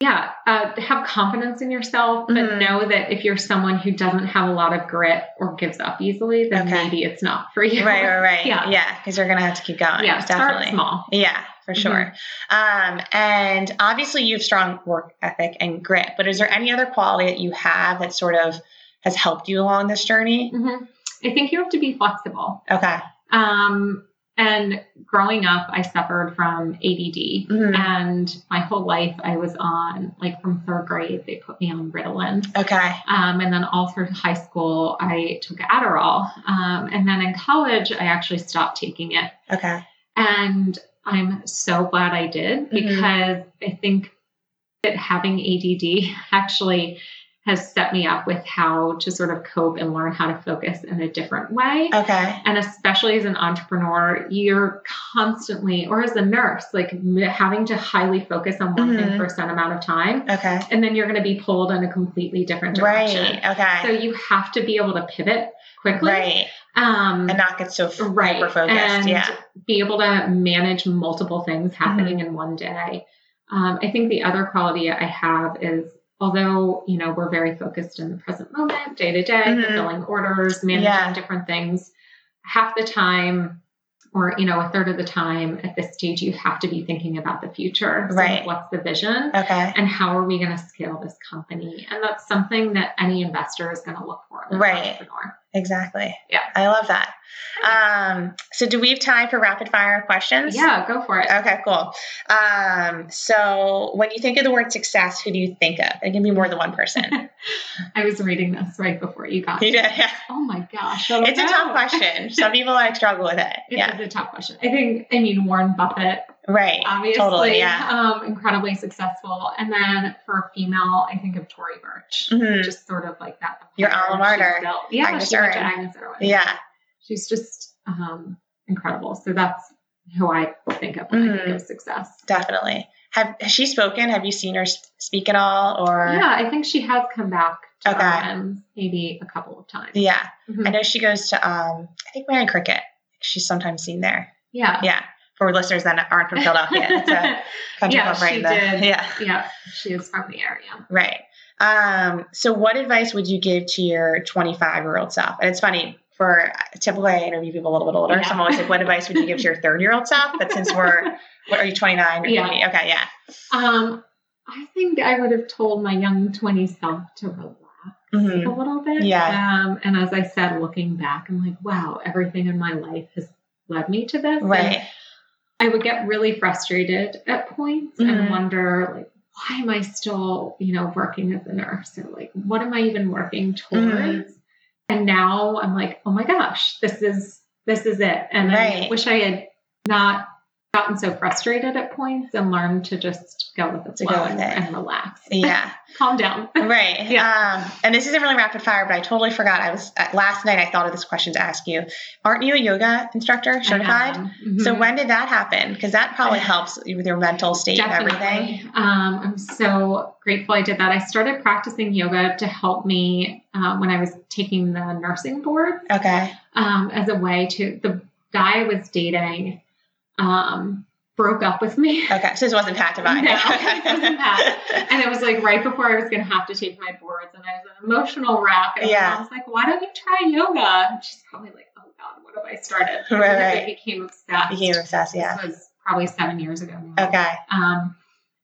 Speaker 1: yeah, uh, have confidence in yourself, but
Speaker 2: Mhm.
Speaker 1: know that if you're someone who doesn't have a lot of grit or gives up easily, then
Speaker 2: Okay.
Speaker 1: maybe it's not for you.
Speaker 2: Right, right, right.
Speaker 1: Yeah.
Speaker 2: Yeah, because you're going to have to keep
Speaker 1: <laughs>
Speaker 2: going.
Speaker 1: Yeah,
Speaker 2: definitely.
Speaker 1: start small. Mm-hmm.
Speaker 2: Yeah, for sure. Um, and obviously, you have strong work ethic and grit, but is there any other quality that you have that sort of has helped you along this journey?
Speaker 1: Mhm. I think you have to be flexible.
Speaker 2: Okay.
Speaker 1: Um, and growing up, I suffered from ADD.
Speaker 2: Mhm.
Speaker 1: And my whole life, I was on, like from third grade, they put me on Ritalin.
Speaker 2: Okay.
Speaker 1: Um, and then all through high school, I took Adderall. Um, and then in college, I actually stopped taking it.
Speaker 2: Okay.
Speaker 1: And I'm so glad I did because I think that having ADD actually has set me up with how to sort of cope and learn how to focus in a different way.
Speaker 2: Okay.
Speaker 1: And especially as an entrepreneur, you're constantly, or as a nurse, like m- having to highly focus on one
Speaker 2: Mhm.
Speaker 1: thing for a certain amount of time.
Speaker 2: Okay.
Speaker 1: And then you're going to be pulled in a completely different direction.
Speaker 2: Right. Okay.
Speaker 1: So you have to be able to pivot quickly.
Speaker 2: right.
Speaker 1: Um,
Speaker 2: And not get so f-
Speaker 1: Right.
Speaker 2: hyper focused.
Speaker 1: And-
Speaker 2: Yeah.
Speaker 1: be able to manage multiple things happening
Speaker 2: Mm-hmm.
Speaker 1: in one day. Um, I think the other quality I have is although, you know, we're very focused in the present moment, day to day,
Speaker 2: Mhm.
Speaker 1: fulfilling orders, managing
Speaker 2: Yeah.
Speaker 1: different things, half the time or, you know, a third of the time at this stage, you have to be thinking about the future. So
Speaker 2: Right.
Speaker 1: What's the vision?
Speaker 2: Okay.
Speaker 1: And how are we going to scale this company? And that's something that any investor is going to look for. in an
Speaker 2: Right.
Speaker 1: entrepreneur.
Speaker 2: Exactly.
Speaker 1: Yeah.
Speaker 2: I love that. Um, so, do we have time for rapid fire questions?
Speaker 1: Yeah, go for it.
Speaker 2: Okay, cool. Um, so when you think of the word success, who do you think of? It can be more than one <laughs> person.
Speaker 1: I was reading this right before you got.
Speaker 2: You know, yeah.
Speaker 1: Oh my gosh, I don't
Speaker 2: It's a tough
Speaker 1: know.
Speaker 2: question. Some people like struggle with it.
Speaker 1: It
Speaker 2: yeah.
Speaker 1: is a tough question. I think, I mean, Warren Buffett,
Speaker 2: Right.
Speaker 1: obviously,
Speaker 2: Totally. <laughs> Yeah.
Speaker 1: um, incredibly successful. And then for female, I think of Tori Burch,
Speaker 2: Mhm.
Speaker 1: just sort of like that.
Speaker 2: Your alma
Speaker 1: she's
Speaker 2: mater,
Speaker 1: built- Yeah,
Speaker 2: Agnes
Speaker 1: she went to
Speaker 2: Irwin.
Speaker 1: Agnes Irwin.
Speaker 2: Yeah.
Speaker 1: She's just um, incredible. So that's who I think of when I
Speaker 2: Mm-hmm.
Speaker 1: think of success.
Speaker 2: Definitely. Have has she spoken? Have you seen her s- speak at all? Or
Speaker 1: Yeah, I think she has come back to
Speaker 2: Okay.
Speaker 1: RMs maybe a couple of times.
Speaker 2: Yeah. I
Speaker 1: Mhm.
Speaker 2: know she goes to um I think Marion Cricket. She's sometimes seen there.
Speaker 1: Yeah.
Speaker 2: Yeah. For listeners that aren't from Philadelphia.
Speaker 1: <laughs>
Speaker 2: It's a country
Speaker 1: Yeah,
Speaker 2: club right
Speaker 1: she
Speaker 2: in the-
Speaker 1: did.
Speaker 2: <laughs> Yeah.
Speaker 1: yeah, she is from the area.
Speaker 2: Right. Um, so, what advice would you give to your 25 year old self? And it's funny, for uh, typically I interview people a little bit older, so I'm
Speaker 1: Yeah.
Speaker 2: always like, what advice would
Speaker 1: <laughs>
Speaker 2: you give to your 30 year old self? But since we're, what are you, 29 or
Speaker 1: Yeah.
Speaker 2: 20? Okay, yeah.
Speaker 1: Um, I think I would have told my young 20 self to relax
Speaker 2: Mhm.
Speaker 1: a little bit.
Speaker 2: Yeah.
Speaker 1: Um, and as I said, looking back, I'm like, wow, everything in my life has led me to this. And
Speaker 2: Right.
Speaker 1: I would get really frustrated at points
Speaker 2: Mhm.
Speaker 1: and wonder, like, why am I still, you know, working as a nurse? Or like, what am I even working towards?
Speaker 2: Mhm.
Speaker 1: And now I'm like, oh my gosh, this is this is it. And I
Speaker 2: Right.
Speaker 1: wish I had not gotten so frustrated at points and learned to just go with the
Speaker 2: To go
Speaker 1: flow
Speaker 2: with
Speaker 1: and,
Speaker 2: it.
Speaker 1: and relax.
Speaker 2: Yeah.
Speaker 1: Calm down.
Speaker 2: Right.
Speaker 1: <laughs> Yeah.
Speaker 2: Um, and this isn't really rapid fire, but I totally forgot. I was, uh, last night I thought of this question to ask you. Aren't you a yoga instructor certified?
Speaker 1: Um, mhm.
Speaker 2: So, when did that happen? Because that
Speaker 1: <sighs>
Speaker 2: probably helps you with your mental state and everything.
Speaker 1: Definitely. Um, I'm so grateful I did that. I started practicing yoga to help me um, when I was taking the nursing board
Speaker 2: Okay.
Speaker 1: um, as a way to. The guy I was dating um, broke up with me. <laughs>
Speaker 2: Okay. So, this wasn't Pat Devine.
Speaker 1: No, <laughs> it wasn't Pat.
Speaker 2: <laughs>
Speaker 1: And it was like right before I was going to have to take my boards, and I was an emotional wreck. And
Speaker 2: Yeah.
Speaker 1: I was like, why don't you try yoga? And she's probably like, oh God, what have I started?
Speaker 2: Right,
Speaker 1: Because I
Speaker 2: right.
Speaker 1: became obsessed.
Speaker 2: became obsessed. Yeah.
Speaker 1: This was probably seven years ago now.
Speaker 2: Okay.
Speaker 1: Um,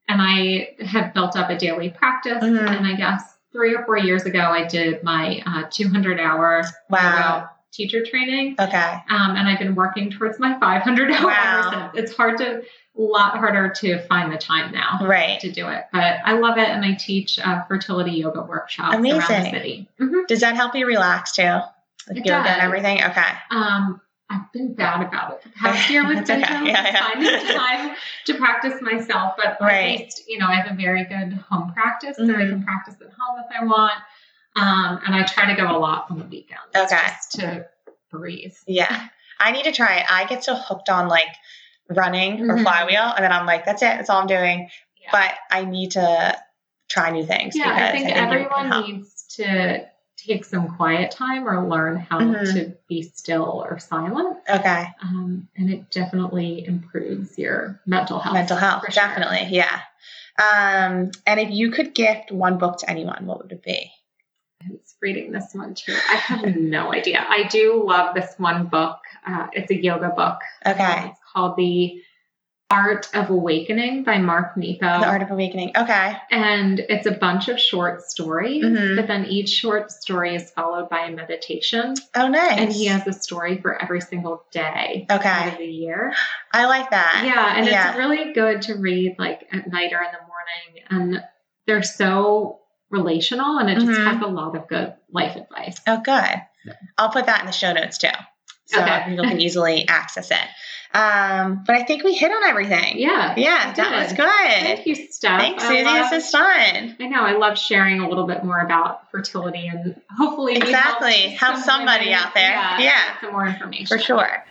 Speaker 1: and I had built up a daily practice.
Speaker 2: Mhm.
Speaker 1: And I guess three or four years ago, I did my uh, 200 hour
Speaker 2: Wow.
Speaker 1: yoga teacher training.
Speaker 2: Okay.
Speaker 1: Um, and I've been working towards my 500 hour
Speaker 2: Wow.
Speaker 1: ever since. It's hard to, a lot harder to find the time now
Speaker 2: Right.
Speaker 1: to do it. But I love it. And I teach uh, fertility yoga workshops around the
Speaker 2: Amazing.
Speaker 1: city. Mhm.
Speaker 2: Does that help you relax too? Like
Speaker 1: It
Speaker 2: yoga and
Speaker 1: does.
Speaker 2: everything? Okay.
Speaker 1: Um, I've been bad about it the past year with
Speaker 2: <laughs> That's okay.
Speaker 1: syndrome,
Speaker 2: Yeah, yeah.
Speaker 1: finding time to practice myself. But
Speaker 2: Right.
Speaker 1: at least, you know, I have a very good home practice, so I
Speaker 2: Mhm.
Speaker 1: can practice at home if I want. Um, and I try to go a lot on the weekends
Speaker 2: Okay.
Speaker 1: just to breathe. <laughs>
Speaker 2: Yeah. I need to try it. I get so hooked on like running or
Speaker 1: Mhm.
Speaker 2: flywheel and then I'm like, that's it, that's all I'm doing.
Speaker 1: Yeah.
Speaker 2: But I need to try new things.
Speaker 1: Yeah, I
Speaker 2: because
Speaker 1: think,
Speaker 2: it would
Speaker 1: everyone
Speaker 2: help.
Speaker 1: needs to take some quiet time or learn how
Speaker 2: Mhm.
Speaker 1: to be still or silent.
Speaker 2: Okay,
Speaker 1: Um, and it definitely improves your mental health.
Speaker 2: mental health,
Speaker 1: for sure.
Speaker 2: definitely, yeah. Um, and if you could gift one book to anyone, what would it be?
Speaker 1: I was reading this one too. I have no idea. I do love this one book. Uh, it's a yoga book.
Speaker 2: Okay,
Speaker 1: It's called The Art of Awakening by Mark Nepo.
Speaker 2: The Art of Awakening. Okay,
Speaker 1: and it's a bunch of short stories,
Speaker 2: Mhm.
Speaker 1: but then each short story is followed by a meditation.
Speaker 2: oh nice.
Speaker 1: And he has a story for every single day out
Speaker 2: okay,
Speaker 1: of the year.
Speaker 2: I like that.
Speaker 1: Yeah, and
Speaker 2: yeah.
Speaker 1: it's really good to read like at night or in the morning. And they're so relational and it just
Speaker 2: Mhm.
Speaker 1: has a lot of good life advice.
Speaker 2: Oh, good. I'll put that in the show notes too. So
Speaker 1: Okay.
Speaker 2: people
Speaker 1: <laughs>
Speaker 2: can easily access it. Um, but I think we hit on everything.
Speaker 1: Yeah.
Speaker 2: Yeah,
Speaker 1: we
Speaker 2: that was
Speaker 1: did.
Speaker 2: good.
Speaker 1: Thank you, Steph.
Speaker 2: Thanks,
Speaker 1: I
Speaker 2: Susie.
Speaker 1: love-
Speaker 2: This is fun.
Speaker 1: I know. I love sharing a little bit more about fertility and hopefully we
Speaker 2: Exactly. Help
Speaker 1: some
Speaker 2: somebody
Speaker 1: women,
Speaker 2: out there. Yeah.
Speaker 1: get Some more information.
Speaker 2: For sure.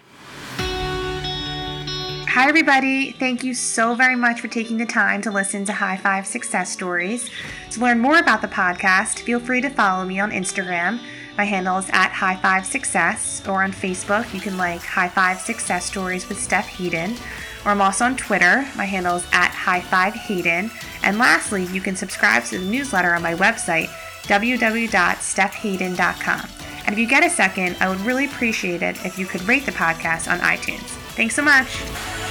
Speaker 2: Hi, everybody. Thank you so very much for taking the time to listen to High Five Success Stories. To learn more about the podcast, feel free to follow me on Instagram. My handle is at High Five Success, or on Facebook, you can like High Five Success Stories with Steph Hayden. Or I'm also on Twitter. My handle is at High Five Hayden. And lastly, you can subscribe to the newsletter on my website, www.stephhayden.com. And if you get a second, I would really appreciate it if you could rate the podcast on iTunes. Thanks so much.